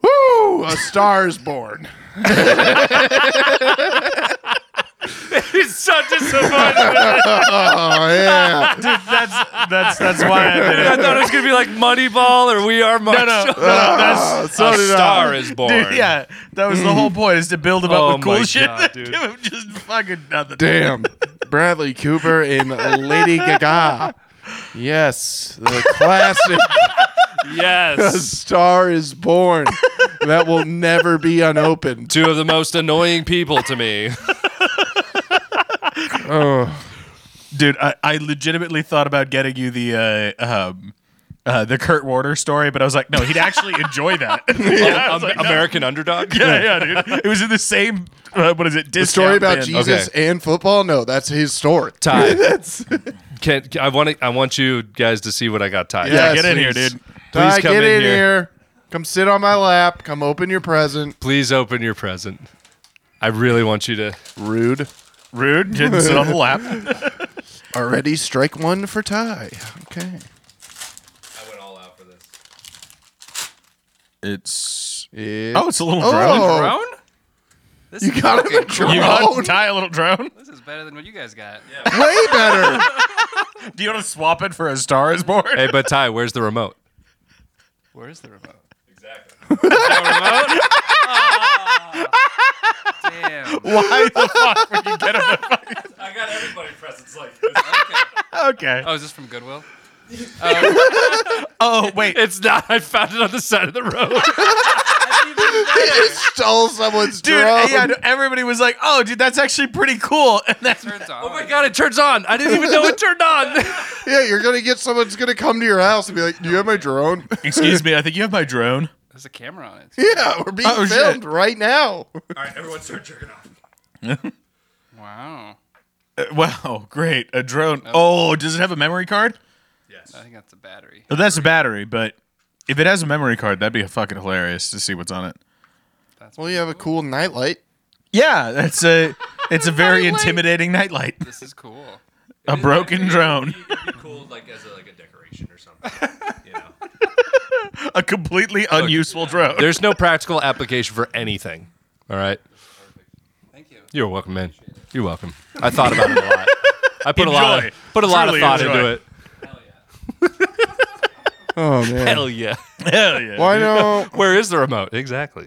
[SPEAKER 1] Woo! A star is born.
[SPEAKER 3] He's so disappointed.
[SPEAKER 1] Oh yeah.
[SPEAKER 2] That's that's that's why I did
[SPEAKER 3] I thought it was gonna be like Moneyball or We Are Marshall.
[SPEAKER 2] that's
[SPEAKER 1] so
[SPEAKER 3] a
[SPEAKER 1] did um, I.
[SPEAKER 3] star is born.
[SPEAKER 2] dude, yeah. That was the whole point is to build him up
[SPEAKER 3] Oh
[SPEAKER 2] with cool
[SPEAKER 3] my
[SPEAKER 2] shit.
[SPEAKER 3] God, dude.
[SPEAKER 2] Give him just fucking nothing.
[SPEAKER 1] Damn. Bradley Cooper and Lady Gaga. Yes, the classic A
[SPEAKER 3] Yes.
[SPEAKER 1] Star is Born. That will never be unopened.
[SPEAKER 3] Two of the most annoying people to me. Oh.
[SPEAKER 2] Dude, I, I legitimately thought about getting you the uh, um, uh, the Kurt Warner story, but I was like, no, he'd actually enjoy that. yeah, I was
[SPEAKER 3] Am-
[SPEAKER 2] like, no.
[SPEAKER 3] American underdog.
[SPEAKER 2] yeah, yeah, dude. It was in the same. Uh, what is it?
[SPEAKER 1] The story
[SPEAKER 2] Discount
[SPEAKER 1] about
[SPEAKER 2] bin.
[SPEAKER 1] Jesus and football? No, that's his story.
[SPEAKER 3] Ty. Can, I want to, I want you guys to see what I got Ty.
[SPEAKER 2] Yeah,
[SPEAKER 1] Yes,
[SPEAKER 2] get in here,
[SPEAKER 1] please.
[SPEAKER 2] dude.
[SPEAKER 1] Ty,
[SPEAKER 3] come
[SPEAKER 1] get
[SPEAKER 3] in
[SPEAKER 1] in here.
[SPEAKER 3] here.
[SPEAKER 1] Come sit on my lap. Come open your present.
[SPEAKER 3] Please open your present. I really want you to.
[SPEAKER 1] Rude.
[SPEAKER 2] Rude. Didn't sit on the lap.
[SPEAKER 1] Already strike one for Ty. Okay.
[SPEAKER 3] I went all out for this.
[SPEAKER 2] It's
[SPEAKER 1] It-
[SPEAKER 2] oh, Oh. it's a little
[SPEAKER 1] Oh.
[SPEAKER 2] brown.
[SPEAKER 5] This
[SPEAKER 1] You
[SPEAKER 5] is
[SPEAKER 1] got him a
[SPEAKER 5] fucking-
[SPEAKER 1] drone.
[SPEAKER 2] You got tie a little drone?
[SPEAKER 5] This is better than what you guys got.
[SPEAKER 1] Way better.
[SPEAKER 2] Do you want to swap it for a Star is Born?
[SPEAKER 3] Hey, but Ty, where's the remote?
[SPEAKER 5] Where's the remote?
[SPEAKER 4] Exactly.
[SPEAKER 5] Damn.
[SPEAKER 2] Why the fuck would you get him?
[SPEAKER 4] I got everybody presents like
[SPEAKER 5] Okay.
[SPEAKER 2] a- Okay.
[SPEAKER 5] Oh, is this from Goodwill?
[SPEAKER 2] Oh, wait.
[SPEAKER 3] It's not. I found it on the side of the road.
[SPEAKER 1] They just stole someone's
[SPEAKER 2] Dude,
[SPEAKER 1] drone.
[SPEAKER 2] yeah, everybody was like, "Oh, dude, that's actually pretty cool." And that's
[SPEAKER 5] Turns on.
[SPEAKER 3] Oh my god, it turns on. I didn't even know it turned on.
[SPEAKER 1] Yeah, you're gonna get someone's gonna come to your house and be like, "Do you have my drone?"
[SPEAKER 2] excuse me, I think you have my drone.
[SPEAKER 5] There's a camera on it.
[SPEAKER 1] yeah, we're being
[SPEAKER 2] Oh, shit.
[SPEAKER 1] filmed right now.
[SPEAKER 4] All right, everyone start jerking off.
[SPEAKER 5] Wow.
[SPEAKER 2] Uh, wow, great, a drone. Oh, does it have a memory card?
[SPEAKER 4] Yes.
[SPEAKER 5] I think that's a battery.
[SPEAKER 2] Well, that's a battery, but if it has a memory card, that'd be fucking hilarious to see what's on it.
[SPEAKER 1] Well, you have a cool nightlight.
[SPEAKER 2] Yeah, that's a it's a very intimidating nightlight.
[SPEAKER 5] This is cool.
[SPEAKER 2] A broken drone,
[SPEAKER 4] It'd be cool like as a, like a decoration or something. You know.
[SPEAKER 2] a completely unuseful drone.
[SPEAKER 3] There's no practical application for anything. All right.
[SPEAKER 5] Thank you.
[SPEAKER 3] You're welcome, man. You're welcome. I thought about it a lot. I put a lot of
[SPEAKER 2] Enjoy.
[SPEAKER 3] put a lot of
[SPEAKER 2] Truly
[SPEAKER 3] thought
[SPEAKER 2] enjoy.
[SPEAKER 3] into it.
[SPEAKER 1] Oh man.
[SPEAKER 3] Hell yeah.
[SPEAKER 2] Hell yeah!
[SPEAKER 1] Why don't?
[SPEAKER 3] Where is the remote? Exactly.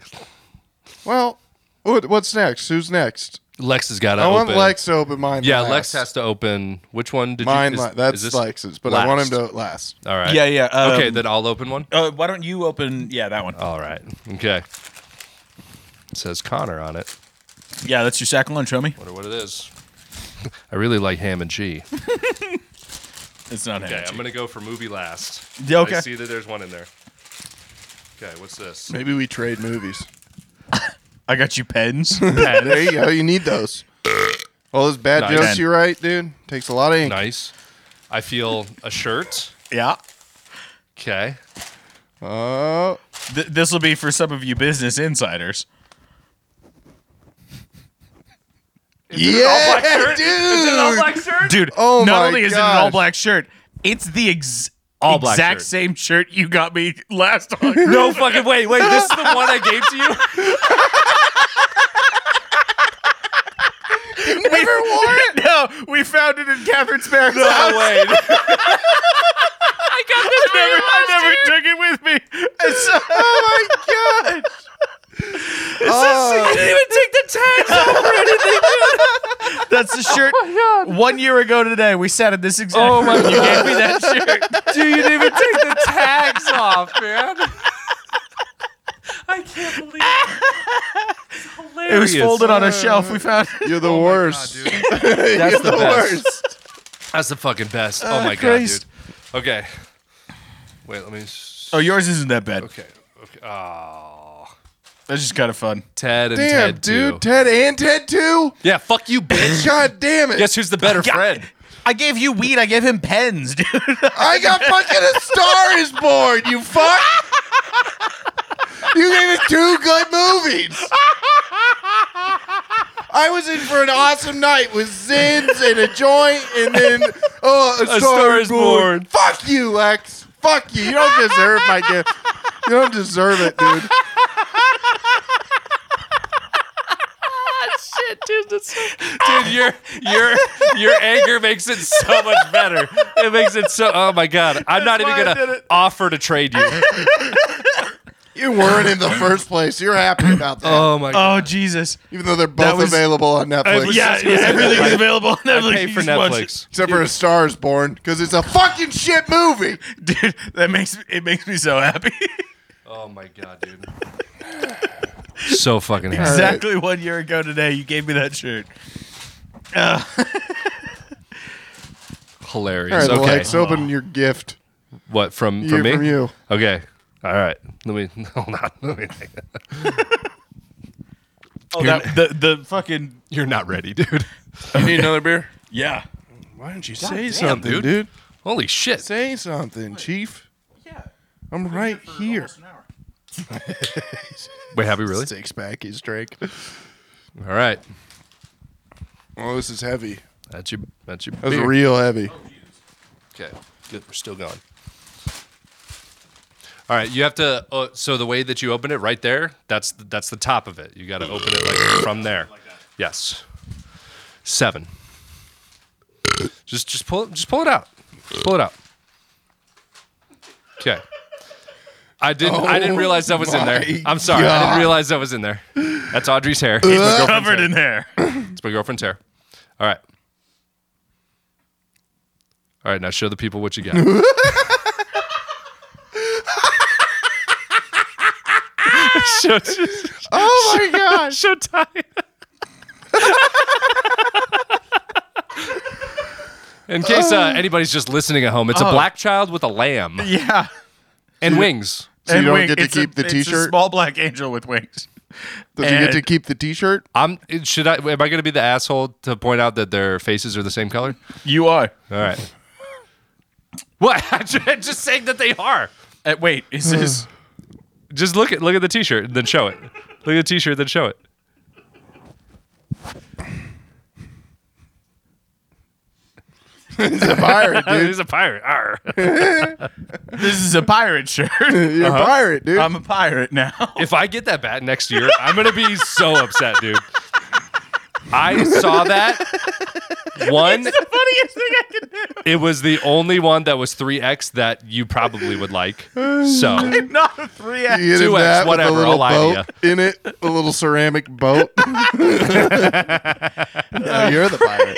[SPEAKER 1] Well, what, what's next? Who's next?
[SPEAKER 3] Lex has got to
[SPEAKER 1] I
[SPEAKER 3] open.
[SPEAKER 1] want Lex to open mine.
[SPEAKER 3] Yeah,
[SPEAKER 1] last.
[SPEAKER 3] Lex has to open. Which one did
[SPEAKER 1] mine.
[SPEAKER 3] you?
[SPEAKER 1] la-
[SPEAKER 3] is-
[SPEAKER 1] that's
[SPEAKER 3] is this-
[SPEAKER 1] Lex's, but I want him to last.
[SPEAKER 3] All right.
[SPEAKER 2] Yeah, yeah. um,
[SPEAKER 3] okay, then I'll open one.
[SPEAKER 2] uh, why don't you open? Yeah, that one.
[SPEAKER 3] All right. Okay. It says Connor on it.
[SPEAKER 2] Yeah, that's your sack lunch, homie.
[SPEAKER 3] Wonder what it is. I really like ham and G.
[SPEAKER 2] It's not
[SPEAKER 3] Okay,
[SPEAKER 2] him.
[SPEAKER 3] I'm gonna go for movie last.
[SPEAKER 2] Yeah, okay.
[SPEAKER 3] I see that there's one in there. Okay, what's this?
[SPEAKER 1] Maybe we trade movies.
[SPEAKER 2] I got you pens.
[SPEAKER 1] there you go. You need those. All those bad
[SPEAKER 3] Nice.
[SPEAKER 1] jokes you write, dude, takes a lot of ink.
[SPEAKER 3] Nice. I feel a shirt.
[SPEAKER 2] yeah.
[SPEAKER 3] Okay.
[SPEAKER 1] Oh,
[SPEAKER 2] Th- this will be for some of you business insiders.
[SPEAKER 1] yeah, dude.
[SPEAKER 2] Dude,
[SPEAKER 1] Oh
[SPEAKER 2] not
[SPEAKER 1] my
[SPEAKER 2] only is it an
[SPEAKER 1] gosh.
[SPEAKER 2] all black shirt, it's the ex-
[SPEAKER 3] All black
[SPEAKER 2] exact
[SPEAKER 3] shirt.
[SPEAKER 2] same shirt you got me last time.
[SPEAKER 3] No fucking wait, wait. This is the one I gave to you.
[SPEAKER 1] You never wore it.
[SPEAKER 2] no, we found it in Catherine's parents' house.
[SPEAKER 3] No way.
[SPEAKER 2] I never, I never took it with me. It's, oh my god!
[SPEAKER 1] Oh.
[SPEAKER 2] didn't even take the tags off or anything, dude. That's the shirt. One year ago today, we sat at this exact. Oh my! You gave me that shirt.
[SPEAKER 5] Dude, you didn't even take the tags off, man. I can't believe it. It's
[SPEAKER 2] It
[SPEAKER 5] hilarious.
[SPEAKER 2] was folded on a shelf. We found. it.
[SPEAKER 1] Oh. You're the worst.
[SPEAKER 5] dude.
[SPEAKER 1] You're
[SPEAKER 3] the
[SPEAKER 1] the,
[SPEAKER 3] best.
[SPEAKER 1] worst.
[SPEAKER 3] That's the fucking best. oh my
[SPEAKER 2] Christ.
[SPEAKER 3] god, dude. Okay. Wait, let me. s-
[SPEAKER 2] Oh, yours isn't that bad.
[SPEAKER 3] Okay. Okay. Oh.
[SPEAKER 2] That's just kind of fun.
[SPEAKER 3] Ted and
[SPEAKER 1] Damn,
[SPEAKER 3] Ted
[SPEAKER 1] dude.
[SPEAKER 3] too.
[SPEAKER 1] Ted and Ted too.
[SPEAKER 3] Yeah, fuck you, bitch.
[SPEAKER 1] God damn it.
[SPEAKER 3] Guess who's the better friend?
[SPEAKER 2] I gave you weed. I gave him pens, dude.
[SPEAKER 1] I got fucking a star is born, you fuck! You gave us two good movies! I was in for an awesome night with Zins and a joint, and then oh, a, star, is born. Fuck you, Lex! Fuck you! You don't deserve my gift. You don't deserve it, dude.
[SPEAKER 3] Dude, your your your anger makes it so much better. It makes it so. Oh my god, I'm not even
[SPEAKER 2] why I
[SPEAKER 3] gonna offer to trade you.
[SPEAKER 1] You weren't in the first place. You're happy about that,
[SPEAKER 3] Oh my god,
[SPEAKER 2] Oh Jesus!
[SPEAKER 1] even though they're both
[SPEAKER 2] was-
[SPEAKER 1] available on Netflix.
[SPEAKER 2] yeah, yeah, everything's available on Netflix.
[SPEAKER 3] pay
[SPEAKER 2] You
[SPEAKER 3] for
[SPEAKER 2] just watch it.
[SPEAKER 3] Netflix.
[SPEAKER 1] Except for a Star is Born, because it's a fucking shit movie.
[SPEAKER 2] dude. That makes it makes me so happy.
[SPEAKER 3] Oh my god, dude. So fucking happy.
[SPEAKER 2] exactly one year ago today, you gave me that shirt. Uh,
[SPEAKER 1] All
[SPEAKER 3] hilarious.
[SPEAKER 1] right,
[SPEAKER 3] okay,
[SPEAKER 1] Lex, open your gift.
[SPEAKER 3] what from
[SPEAKER 1] You-
[SPEAKER 3] from me?
[SPEAKER 1] From you.
[SPEAKER 3] Okay, all right. Let me hold on. Let me. Think.
[SPEAKER 2] Oh, that, the the fucking
[SPEAKER 3] You're not ready, dude.
[SPEAKER 1] You need another beer?
[SPEAKER 2] yeah.
[SPEAKER 1] Why don't you say
[SPEAKER 3] something,
[SPEAKER 1] something,
[SPEAKER 3] dude.
[SPEAKER 1] dude.
[SPEAKER 3] Holy shit.
[SPEAKER 1] Say something, Chief.
[SPEAKER 2] Yeah.
[SPEAKER 1] I'm right here.
[SPEAKER 3] Wait, have we really?
[SPEAKER 1] Six pack is Drake.
[SPEAKER 3] All right.
[SPEAKER 1] Oh, this is heavy.
[SPEAKER 3] That's your that's your
[SPEAKER 1] That's
[SPEAKER 3] beer.
[SPEAKER 1] real heavy.
[SPEAKER 3] Okay, good. We're still going. All right, you have to. Uh, so the way that you open it, right there, that's that's the top of it. You got to open it like from there. Yes. Seven. Just just pull just pull it out. Pull it out. Okay. I didn't I didn't realize that was in there.
[SPEAKER 1] my
[SPEAKER 3] I'm sorry. I didn't realize that was in there. That's Audrey's hair. It's my girlfriend's
[SPEAKER 2] Covered
[SPEAKER 3] hair.
[SPEAKER 2] in hair.
[SPEAKER 3] It's my girlfriend's hair. All right. All right, now show the people what you got. show,
[SPEAKER 1] Oh my gosh.
[SPEAKER 3] show Ty. In case uh, anybody's just listening at home, it's a black child with a lamb
[SPEAKER 2] Yeah.
[SPEAKER 3] and wings.
[SPEAKER 1] So you don't get to
[SPEAKER 2] it's a-
[SPEAKER 1] keep the
[SPEAKER 2] it's a
[SPEAKER 1] t-shirt?
[SPEAKER 2] small black angel with wings.
[SPEAKER 1] Does he get to
[SPEAKER 2] And-
[SPEAKER 1] keep the T-shirt?
[SPEAKER 3] I'm should I am I going to be the asshole to point out that their faces are the same color?
[SPEAKER 2] You are.
[SPEAKER 3] All right. What? I'm just saying that they are.
[SPEAKER 2] Uh, wait, is this?
[SPEAKER 3] Just look at look at the T-shirt and then show it. Look at the T-shirt, then show it.
[SPEAKER 1] He's a pirate,
[SPEAKER 3] Oh,
[SPEAKER 1] dude.
[SPEAKER 3] he's a pirate. Arr.
[SPEAKER 2] this is a pirate shirt.
[SPEAKER 3] Uh-huh.
[SPEAKER 1] You're a pirate, dude.
[SPEAKER 2] I'm a pirate now.
[SPEAKER 3] if I get that bat next year, I'm gonna be so upset, dude. I saw that one.
[SPEAKER 2] Funniest thing I can do.
[SPEAKER 3] It was the only one that was three X that you probably would like. So
[SPEAKER 2] Not a three.
[SPEAKER 1] you get him
[SPEAKER 3] 2X,
[SPEAKER 1] that with a
[SPEAKER 3] whatever, I'll
[SPEAKER 1] little
[SPEAKER 3] lie to
[SPEAKER 1] boat in it, a little ceramic boat. Now you're the pirate.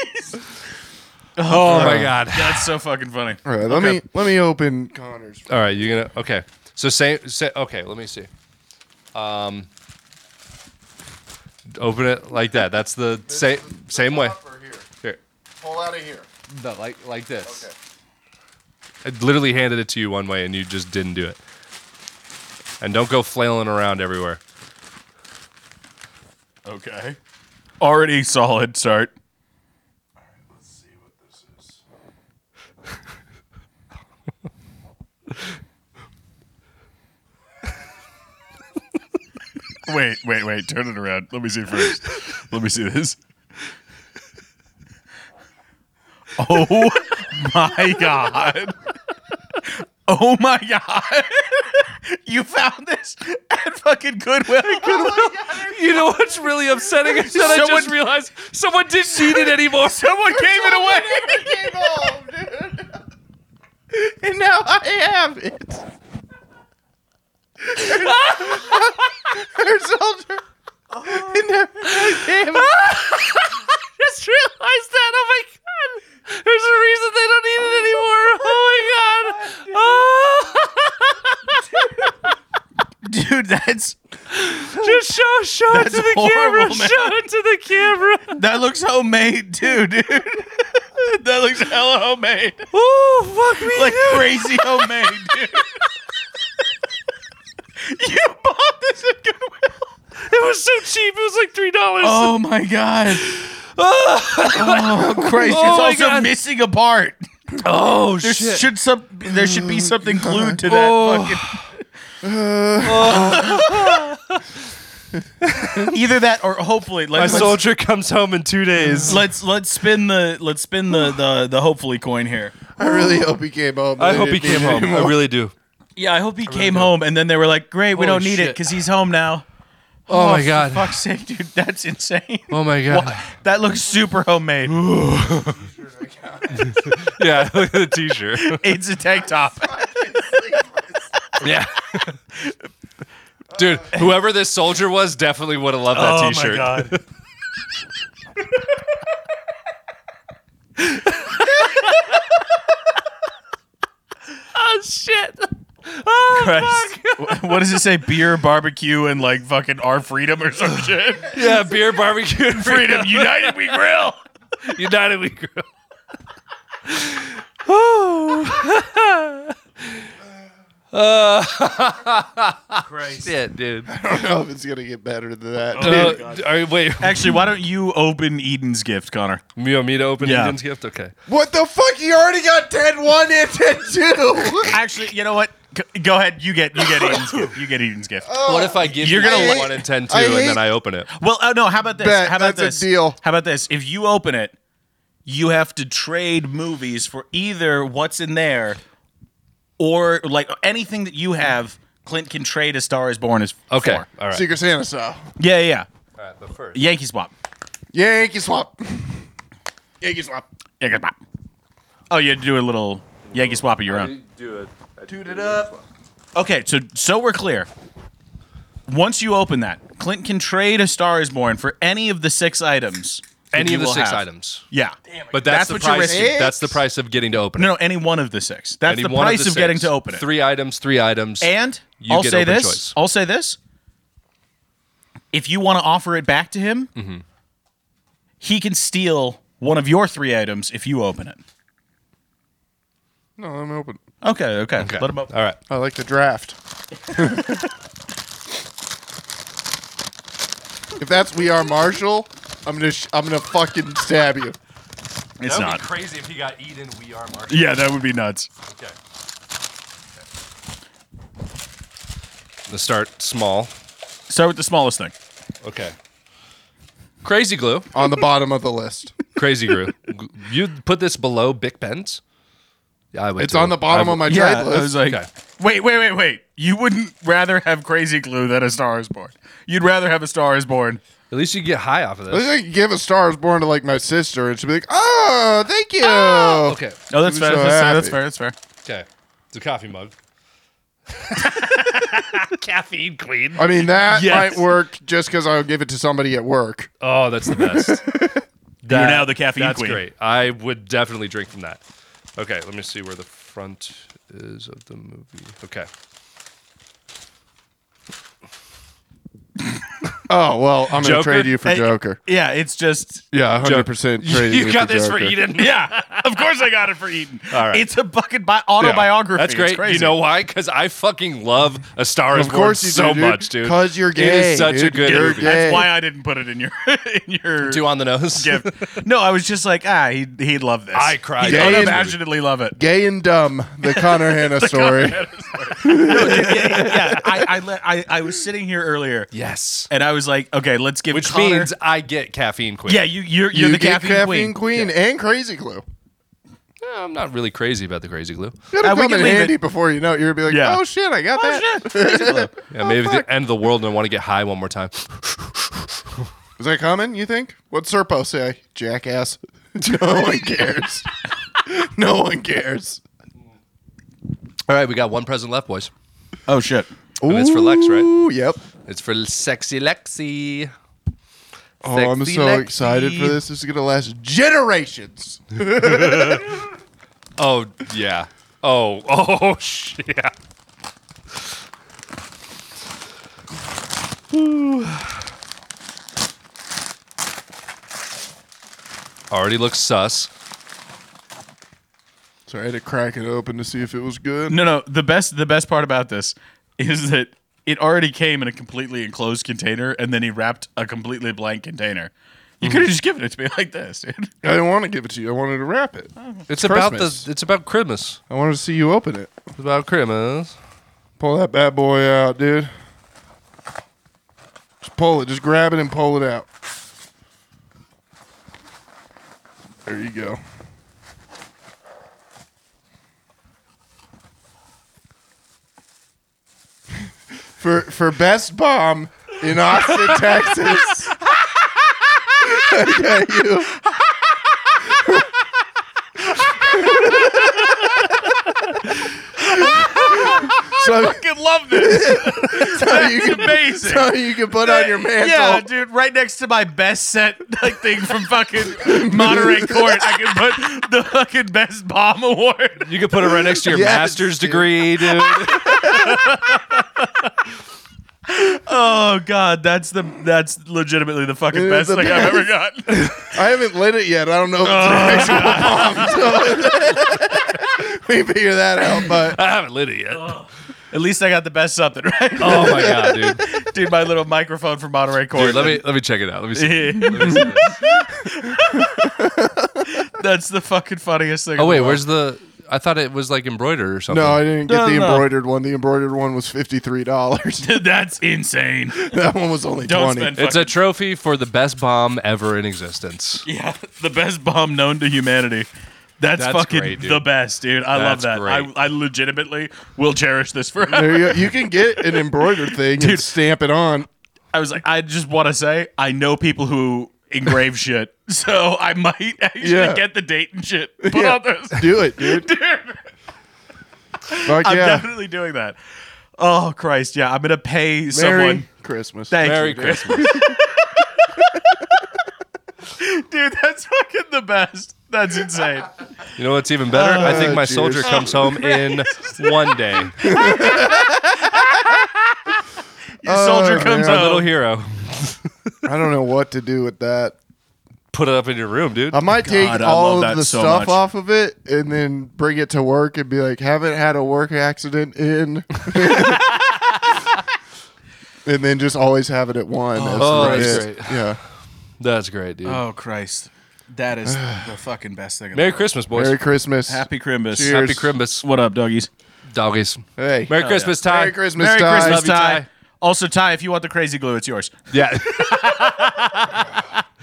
[SPEAKER 3] Oh my god.
[SPEAKER 2] That's so fucking funny.
[SPEAKER 1] All right, let me let me open Connor's.
[SPEAKER 3] All right, you're gonna okay. So say say okay. Let me see. Um, open it like that. That's the same same way.
[SPEAKER 1] Or here.
[SPEAKER 3] Here,
[SPEAKER 1] Pull out of here.
[SPEAKER 3] no, like like this. I literally handed it to you one way, and you just didn't do it. And don't go flailing around everywhere.
[SPEAKER 2] Okay. Already solid start. Wait, wait, wait. Turn it around. Let me see first. Let me see this. Oh my god. Oh my god. You found this at fucking Goodwill.
[SPEAKER 3] You know what's really upsetting is that I just
[SPEAKER 2] Someone-
[SPEAKER 3] realized someone didn't need it anymore.
[SPEAKER 2] Someone gave it away.
[SPEAKER 1] And now I have it. There's, soldier. And now I have it.
[SPEAKER 3] just realized that. Oh my god. There's a reason they don't need it anymore. Oh my god. Oh.
[SPEAKER 2] Dude, that's
[SPEAKER 3] Just show show
[SPEAKER 2] That's to the camera, horrible, man. show
[SPEAKER 3] it to the camera.
[SPEAKER 2] that looks homemade too, dude. that looks hella homemade.
[SPEAKER 3] Oh fuck me.
[SPEAKER 2] Like crazy homemade, dude. you bought this at Goodwill.
[SPEAKER 3] it was so cheap. It was like three dollars.
[SPEAKER 2] Oh my god. oh Christ,
[SPEAKER 3] Oh, my
[SPEAKER 2] it's also
[SPEAKER 3] God.
[SPEAKER 2] missing a part.
[SPEAKER 3] oh
[SPEAKER 2] There
[SPEAKER 3] shit.
[SPEAKER 2] should some there should be something glued to that fucking Either that or hopefully let-
[SPEAKER 3] My
[SPEAKER 2] let's
[SPEAKER 3] soldier comes home in two days.
[SPEAKER 2] let's let's spin the let's spin the the, the hopefully coin here.
[SPEAKER 1] I really hope he came home.
[SPEAKER 3] I hope he came home. I really do.
[SPEAKER 2] Yeah, I hope he came home and then they were like, "Great, we
[SPEAKER 3] Holy
[SPEAKER 2] don't need it
[SPEAKER 3] shit.
[SPEAKER 2] because he's home now."
[SPEAKER 3] Oh, my
[SPEAKER 2] for
[SPEAKER 3] god.
[SPEAKER 2] fuck's sake, dude, that's insane.
[SPEAKER 3] Oh my god.
[SPEAKER 2] Wha- That looks super homemade.
[SPEAKER 3] Yeah, look at the t-shirt.
[SPEAKER 2] it's a tank top.
[SPEAKER 3] yeah. Dude, whoever this soldier was definitely would have loved that
[SPEAKER 2] oh
[SPEAKER 3] t-shirt.
[SPEAKER 2] my god.
[SPEAKER 3] Oh shit.
[SPEAKER 2] Oh, Christ. Wh- what does it say? Beer, barbecue, and like fucking our freedom or some shit.
[SPEAKER 3] Yeah, beer, barbecue, and freedom.
[SPEAKER 2] freedom, united we grill.
[SPEAKER 3] United we grow.
[SPEAKER 2] Christ.
[SPEAKER 3] Shit, dude.
[SPEAKER 1] I don't know if it's gonna get better than that.
[SPEAKER 3] Uh,
[SPEAKER 1] dude.
[SPEAKER 3] d- all right, wait.
[SPEAKER 2] Actually, why don't you open Eden's gift, Connor?
[SPEAKER 3] You want me to open
[SPEAKER 2] Yeah.
[SPEAKER 3] Eden's gift? Okay.
[SPEAKER 1] what the fuck? He already got 10 1 and 10 2.
[SPEAKER 2] Actually, you know what? C- go ahead. You get you get Eden's gift. You get Eden's gift.
[SPEAKER 1] Uh,
[SPEAKER 3] Oh, What if I give
[SPEAKER 2] You're
[SPEAKER 3] you
[SPEAKER 2] gonna
[SPEAKER 3] a
[SPEAKER 1] like-
[SPEAKER 3] one and ten two,
[SPEAKER 1] I
[SPEAKER 3] and then
[SPEAKER 1] hate-
[SPEAKER 3] I open it?
[SPEAKER 2] Well, oh no. How about this?
[SPEAKER 1] Bet,
[SPEAKER 2] how about
[SPEAKER 1] that's
[SPEAKER 2] this
[SPEAKER 1] a deal.
[SPEAKER 2] How about this? If you open it, you have to trade movies for either what's in there or like anything that you have, Clint can trade a Star Is Born as
[SPEAKER 3] Okay.
[SPEAKER 2] for.
[SPEAKER 3] All right.
[SPEAKER 1] Secret Santa style.
[SPEAKER 2] Yeah, yeah, yeah.
[SPEAKER 3] All right, but first.
[SPEAKER 2] Yankee swap.
[SPEAKER 1] Yankee swap. Yankee swap.
[SPEAKER 2] Yankee swap. Oh, you had to do a little Yankee swap of your own.
[SPEAKER 6] Do it.
[SPEAKER 1] Toot it up.
[SPEAKER 2] Okay, so so we're clear. Once you open that, Clint can trade a Star Is Born for any of the six items. that
[SPEAKER 3] Any
[SPEAKER 2] you
[SPEAKER 3] of the
[SPEAKER 2] will
[SPEAKER 3] six
[SPEAKER 2] have.
[SPEAKER 3] items.
[SPEAKER 2] Yeah,
[SPEAKER 3] But
[SPEAKER 2] That's
[SPEAKER 3] that's, the
[SPEAKER 2] what you're
[SPEAKER 3] price.
[SPEAKER 1] risking.
[SPEAKER 3] That's the price of getting to open it.
[SPEAKER 2] no, no, any one of the six. That's
[SPEAKER 3] Any
[SPEAKER 2] the
[SPEAKER 3] one
[SPEAKER 2] price
[SPEAKER 3] the
[SPEAKER 2] of, getting
[SPEAKER 3] six.
[SPEAKER 2] to open it.
[SPEAKER 3] Three items, three items.
[SPEAKER 2] And
[SPEAKER 3] You
[SPEAKER 2] I'll
[SPEAKER 3] get
[SPEAKER 2] say
[SPEAKER 3] open
[SPEAKER 2] this.
[SPEAKER 3] choice.
[SPEAKER 2] I'll say this. If you want to offer it back to him,
[SPEAKER 3] Mm-hmm.
[SPEAKER 2] he can steal one of your three items if you open it.
[SPEAKER 1] No, I'm open.
[SPEAKER 2] Okay, okay.
[SPEAKER 3] Okay.
[SPEAKER 2] Let him open.
[SPEAKER 3] All right.
[SPEAKER 1] I like the draft. if that's we are Marshall, I'm gonna sh- I'm gonna fucking stab you.
[SPEAKER 2] It's not.
[SPEAKER 3] crazy if he got eaten. We are Mark.
[SPEAKER 2] Yeah, that would be nuts.
[SPEAKER 3] Okay. The start small.
[SPEAKER 2] Start with the smallest thing.
[SPEAKER 3] Okay. Crazy glue.
[SPEAKER 1] On the bottom of the list.
[SPEAKER 3] Crazy glue. you put this below Bic Ben's? Yeah, I would
[SPEAKER 1] It's
[SPEAKER 3] too.
[SPEAKER 1] on the bottom
[SPEAKER 3] I
[SPEAKER 1] of my
[SPEAKER 3] would-
[SPEAKER 1] trade
[SPEAKER 2] I
[SPEAKER 1] list.
[SPEAKER 2] was like,
[SPEAKER 3] Okay.
[SPEAKER 2] wait, wait, wait, wait. You wouldn't rather have Crazy Glue than a Star Is Born. You'd rather have a Star Is Born.
[SPEAKER 3] At least you get high off of
[SPEAKER 1] I think
[SPEAKER 3] this.
[SPEAKER 1] I could give a Star is Born to like my sister, and she'd be like, "Oh, thank you."
[SPEAKER 3] Okay.
[SPEAKER 2] Oh, that's
[SPEAKER 1] I'm
[SPEAKER 2] fair.
[SPEAKER 1] so
[SPEAKER 2] that's, fair. that's
[SPEAKER 1] happy.
[SPEAKER 2] fair. That's fair.
[SPEAKER 3] Okay. It's a coffee mug. Caffeine queen.
[SPEAKER 1] I mean that
[SPEAKER 2] Yes.
[SPEAKER 1] might work just because I'll give it to somebody at work.
[SPEAKER 3] Oh, that's the best.
[SPEAKER 2] You're now the caffeine
[SPEAKER 3] that's
[SPEAKER 2] queen.
[SPEAKER 3] great. I would definitely drink from that. Okay, let me see where the front is of the movie. Okay.
[SPEAKER 1] Oh well, I'm gonna
[SPEAKER 3] Joker?
[SPEAKER 1] trade you for
[SPEAKER 2] Hey,
[SPEAKER 1] Joker.
[SPEAKER 2] Yeah, it's just.
[SPEAKER 1] Yeah, hundred percent. trading
[SPEAKER 3] you got this for Eden.
[SPEAKER 2] Yeah, of course I got it for Eden.
[SPEAKER 3] All right.
[SPEAKER 2] It's a fucking bi- autobiography.
[SPEAKER 3] That's
[SPEAKER 2] It's
[SPEAKER 3] great.
[SPEAKER 2] crazy.
[SPEAKER 3] You know why? Because I fucking love A Star Is
[SPEAKER 1] Of
[SPEAKER 3] Born
[SPEAKER 1] course you do,
[SPEAKER 3] so
[SPEAKER 1] dude.
[SPEAKER 3] much, dude.
[SPEAKER 1] 'Cause you're
[SPEAKER 3] It
[SPEAKER 1] gay,
[SPEAKER 3] is such a
[SPEAKER 1] dude.
[SPEAKER 3] good
[SPEAKER 1] You're
[SPEAKER 3] movie.
[SPEAKER 1] gay.
[SPEAKER 2] That's
[SPEAKER 1] Hey.
[SPEAKER 2] why I didn't put it in your in your
[SPEAKER 3] Two on the nose.
[SPEAKER 2] gift. No, I was just like, ah, he he'd love this.
[SPEAKER 3] I cried.
[SPEAKER 2] He'd
[SPEAKER 1] Yeah, yeah.
[SPEAKER 2] unimaginabally love it.
[SPEAKER 1] Gay and dumb, the Connor Hannah story.
[SPEAKER 2] Yeah, I I, let, I I was sitting here earlier,
[SPEAKER 3] Yes.
[SPEAKER 2] and I was like, okay, let's give.
[SPEAKER 3] Which
[SPEAKER 2] Connor-
[SPEAKER 3] means I get caffeine queen.
[SPEAKER 2] yeah, you you're
[SPEAKER 1] you
[SPEAKER 2] you're the
[SPEAKER 1] get
[SPEAKER 2] caffeine, queen.
[SPEAKER 1] queen and crazy glue.
[SPEAKER 3] Eh, I'm not really crazy about the crazy glue.
[SPEAKER 1] It'll
[SPEAKER 2] Uh, we
[SPEAKER 1] come
[SPEAKER 2] can
[SPEAKER 1] in
[SPEAKER 2] leave it.
[SPEAKER 1] handy before you know it. You'll be like,
[SPEAKER 2] Yeah.
[SPEAKER 1] oh shit, I got that.
[SPEAKER 3] Yeah, maybe the end of the world and I want to get high one more time.
[SPEAKER 1] Is that coming, you think? What's Serpo say? Jackass. No one cares. no one cares.
[SPEAKER 3] All right, we got one present left, boys.
[SPEAKER 2] Oh shit.
[SPEAKER 1] Ooh,
[SPEAKER 3] it's for Lex, right?
[SPEAKER 1] Yep.
[SPEAKER 3] It's for sexy Lexi.
[SPEAKER 1] Oh, I'm
[SPEAKER 3] Sexy
[SPEAKER 1] so
[SPEAKER 3] Lexi.
[SPEAKER 1] excited for this. This is going to last generations.
[SPEAKER 3] Oh yeah. Oh oh sh- yeah. Woo. Already looks sus.
[SPEAKER 1] So I had to crack it open to see if it was good.
[SPEAKER 2] No, no. The best the best part about this is that it already came in a completely enclosed container, and then he wrapped a completely blank container. You could have just given it to me like this, dude.
[SPEAKER 1] I didn't want to give it to you. I wanted to wrap it.
[SPEAKER 3] It's about
[SPEAKER 1] Christmas.
[SPEAKER 3] the. It's about Christmas.
[SPEAKER 1] I wanted to see you open it.
[SPEAKER 3] It's about Christmas.
[SPEAKER 1] Pull that bad boy out, dude. Just pull it. Just grab it and pull it out. There you go. For for best bomb in Austin, Texas. I got you. so,
[SPEAKER 2] fucking love this.
[SPEAKER 1] so you can
[SPEAKER 2] Amazing.
[SPEAKER 1] so you can put on your mantle.
[SPEAKER 2] Yeah, dude, right next to my best set like thing from fucking Monterey Court, I can put the fucking best bomb award.
[SPEAKER 3] You could put it right next to your
[SPEAKER 1] Yes,
[SPEAKER 3] master's
[SPEAKER 1] dude.
[SPEAKER 3] degree, dude.
[SPEAKER 2] Oh god, that's the that's legitimately the fucking
[SPEAKER 1] It is
[SPEAKER 2] best
[SPEAKER 1] the
[SPEAKER 2] thing I've ever gotten.
[SPEAKER 1] I haven't lit it yet. I don't know if
[SPEAKER 2] Oh.
[SPEAKER 1] it's an actual bomb. So we figure that out, but
[SPEAKER 3] I haven't lit it yet. Oh
[SPEAKER 2] At least I got the best something, right?
[SPEAKER 1] Oh,
[SPEAKER 3] my god, dude.
[SPEAKER 2] Dude, my little microphone from Monterey Court.
[SPEAKER 3] Dude, let me let me check it out. Let me see.
[SPEAKER 2] that's the fucking funniest thing.
[SPEAKER 3] Oh
[SPEAKER 2] in
[SPEAKER 3] wait,
[SPEAKER 2] the world.
[SPEAKER 3] where's the? I thought it was like embroidered or something.
[SPEAKER 1] no, I didn't get
[SPEAKER 2] No,
[SPEAKER 1] the
[SPEAKER 2] no.
[SPEAKER 1] embroidered one. The embroidered one was fifty three dollars.
[SPEAKER 2] that's insane.
[SPEAKER 1] that one was only
[SPEAKER 2] Don't
[SPEAKER 1] twenty.
[SPEAKER 2] spend.
[SPEAKER 3] It's
[SPEAKER 2] fucking-
[SPEAKER 3] a trophy for the best bomb ever in existence.
[SPEAKER 2] yeah, the best bomb known to humanity. That's,
[SPEAKER 3] That's
[SPEAKER 2] fucking
[SPEAKER 3] great, dude.
[SPEAKER 2] the best, dude. I
[SPEAKER 3] That's
[SPEAKER 2] love that.
[SPEAKER 3] great.
[SPEAKER 2] I, I legitimately will cherish this forever.
[SPEAKER 1] There you, you can get an embroidered thing and stamp it on.
[SPEAKER 2] I was like, I just want to say, I know people who engrave shit, so I might actually
[SPEAKER 1] Yeah.
[SPEAKER 2] get the date and shit. Put
[SPEAKER 1] Yeah.
[SPEAKER 2] on those.
[SPEAKER 1] Do it, dude. Fuck
[SPEAKER 2] I'm
[SPEAKER 1] yeah.
[SPEAKER 2] definitely doing that. Oh Christ, yeah, I'm gonna pay
[SPEAKER 1] Merry
[SPEAKER 2] someone.
[SPEAKER 1] Christmas.
[SPEAKER 2] Thank
[SPEAKER 3] Merry
[SPEAKER 2] you, dude.
[SPEAKER 3] Christmas.
[SPEAKER 2] dude. That's fucking the best. That's insane.
[SPEAKER 3] You know what's even better? I think my
[SPEAKER 1] geez.
[SPEAKER 3] soldier comes home in one day.
[SPEAKER 2] Your soldier
[SPEAKER 1] Oh,
[SPEAKER 2] comes
[SPEAKER 1] man.
[SPEAKER 2] out.
[SPEAKER 3] Little hero.
[SPEAKER 1] I don't know what to do with that.
[SPEAKER 3] Put it up in your room, dude.
[SPEAKER 1] I might
[SPEAKER 2] God,
[SPEAKER 1] take
[SPEAKER 2] I
[SPEAKER 1] all
[SPEAKER 2] love
[SPEAKER 1] of
[SPEAKER 2] that
[SPEAKER 1] the
[SPEAKER 2] so
[SPEAKER 1] stuff
[SPEAKER 2] much.
[SPEAKER 1] off of it and then bring it to work and be like, haven't had a work accident in. and then just always have it at one. as
[SPEAKER 3] Oh,
[SPEAKER 1] the
[SPEAKER 3] that's
[SPEAKER 1] bit.
[SPEAKER 3] great.
[SPEAKER 1] Yeah.
[SPEAKER 3] That's great, dude.
[SPEAKER 2] Oh Christ, that is the fucking best thing.
[SPEAKER 3] Merry Christmas, boys.
[SPEAKER 1] Merry Christmas.
[SPEAKER 2] Happy Crimbus.
[SPEAKER 1] Cheers.
[SPEAKER 3] Happy Christmas,
[SPEAKER 2] What up, doggies?
[SPEAKER 3] doggies.
[SPEAKER 1] Hey.
[SPEAKER 3] Merry Christmas, Ty.
[SPEAKER 1] Merry Christmas,
[SPEAKER 2] Merry
[SPEAKER 1] Ty.
[SPEAKER 2] Christmas,
[SPEAKER 3] Love you,
[SPEAKER 2] Ty.
[SPEAKER 3] Ty.
[SPEAKER 2] Also, Ty, if you want the crazy glue, it's yours.
[SPEAKER 3] Yeah.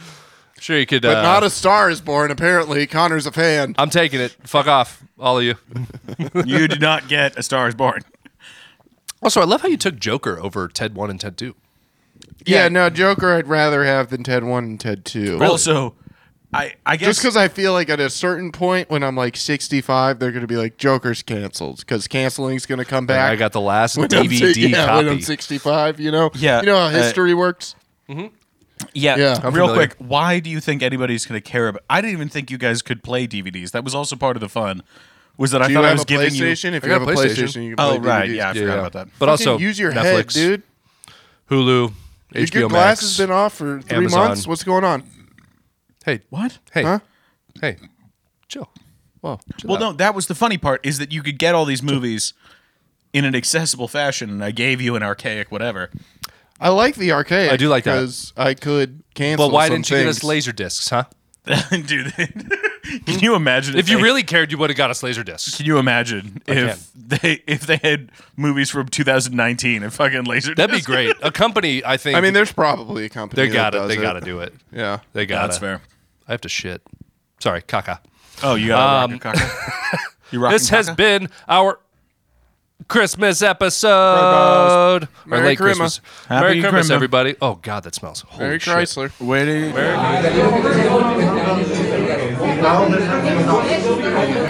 [SPEAKER 3] sure, you could.
[SPEAKER 1] But
[SPEAKER 3] uh,
[SPEAKER 1] not a star is born, apparently. Connor's a fan.
[SPEAKER 3] I'm taking it. Fuck off, all of you.
[SPEAKER 2] You do not get a Star is Born.
[SPEAKER 3] Also, I love how you took Joker over Ted 1 and Ted 2.
[SPEAKER 1] yeah,
[SPEAKER 2] yeah.
[SPEAKER 1] no, Joker I'd rather have than Ted 1 and Ted 2.
[SPEAKER 2] Also, I I guess
[SPEAKER 1] Just because I feel like at a certain point when I'm like 65, they're going to be like, Joker's canceled because canceling's going to come back.
[SPEAKER 3] I got the last
[SPEAKER 1] when I'm
[SPEAKER 3] DVD
[SPEAKER 1] si- yeah,
[SPEAKER 3] copy.
[SPEAKER 1] when I'm 65, you know?
[SPEAKER 2] Yeah,
[SPEAKER 1] You know how
[SPEAKER 2] uh,
[SPEAKER 1] history works?
[SPEAKER 2] yeah,
[SPEAKER 1] Yeah, I'm
[SPEAKER 2] real
[SPEAKER 3] familiar.
[SPEAKER 2] quick, why do you think anybody's going to care about? I didn't even think you guys could play DVDs. That was also part of the fun. Was that I
[SPEAKER 1] Do you
[SPEAKER 2] thought I
[SPEAKER 1] have
[SPEAKER 2] was
[SPEAKER 1] a
[SPEAKER 2] giving you?
[SPEAKER 1] PlayStation? If
[SPEAKER 3] I
[SPEAKER 1] you
[SPEAKER 3] got
[SPEAKER 1] have
[SPEAKER 3] a
[SPEAKER 1] a
[SPEAKER 3] PlayStation.
[SPEAKER 1] PlayStation, you can play
[SPEAKER 2] Oh right,
[SPEAKER 1] DVDs.
[SPEAKER 2] yeah, I
[SPEAKER 3] Yeah,
[SPEAKER 2] forgot
[SPEAKER 3] yeah.
[SPEAKER 2] about that.
[SPEAKER 3] But also,
[SPEAKER 1] use your head,
[SPEAKER 3] Netflix,
[SPEAKER 1] dude. Your
[SPEAKER 3] Hulu, HBO
[SPEAKER 1] good
[SPEAKER 3] Max.
[SPEAKER 1] glass has been off for three
[SPEAKER 3] Amazon.
[SPEAKER 1] months. What's going on?
[SPEAKER 3] Hey,
[SPEAKER 2] what?
[SPEAKER 3] hey,
[SPEAKER 1] Huh?
[SPEAKER 3] hey, chill. Whoa, chill
[SPEAKER 2] Well,
[SPEAKER 3] out.
[SPEAKER 2] no, that was the funny part is that you could get all these movies in an accessible fashion, and I gave you an archaic whatever.
[SPEAKER 1] I like the arcade.
[SPEAKER 3] I do like that.
[SPEAKER 1] because I could cancel.
[SPEAKER 3] But why
[SPEAKER 1] some
[SPEAKER 3] didn't you get
[SPEAKER 1] things.
[SPEAKER 3] us laser discs, huh?
[SPEAKER 2] Dude, can you imagine
[SPEAKER 3] If you
[SPEAKER 2] they-
[SPEAKER 3] really cared, you would have got us laser discs.
[SPEAKER 2] Can you imagine if they if they had movies from 2019 and fucking laser?
[SPEAKER 3] That'd be great. A company, I think.
[SPEAKER 1] I mean, there's probably a company.
[SPEAKER 3] they
[SPEAKER 1] that
[SPEAKER 3] got it.
[SPEAKER 1] does
[SPEAKER 3] They got to do it.
[SPEAKER 1] Yeah.
[SPEAKER 3] They got
[SPEAKER 2] That's
[SPEAKER 3] it.
[SPEAKER 2] fair.
[SPEAKER 3] I have to shit. Sorry, caca.
[SPEAKER 2] Oh, you got um, You rocking
[SPEAKER 3] This has
[SPEAKER 2] caca?
[SPEAKER 3] been our Christmas episode. Or
[SPEAKER 1] Merry
[SPEAKER 3] late
[SPEAKER 1] Christmas.
[SPEAKER 3] Christmas.
[SPEAKER 2] Happy
[SPEAKER 3] Merry Christmas,
[SPEAKER 2] Christmas.
[SPEAKER 3] everybody. Oh, God, that smells. Holy
[SPEAKER 1] Merry
[SPEAKER 3] shit.
[SPEAKER 1] Chrysler.
[SPEAKER 2] Where do you-
[SPEAKER 6] Thank you.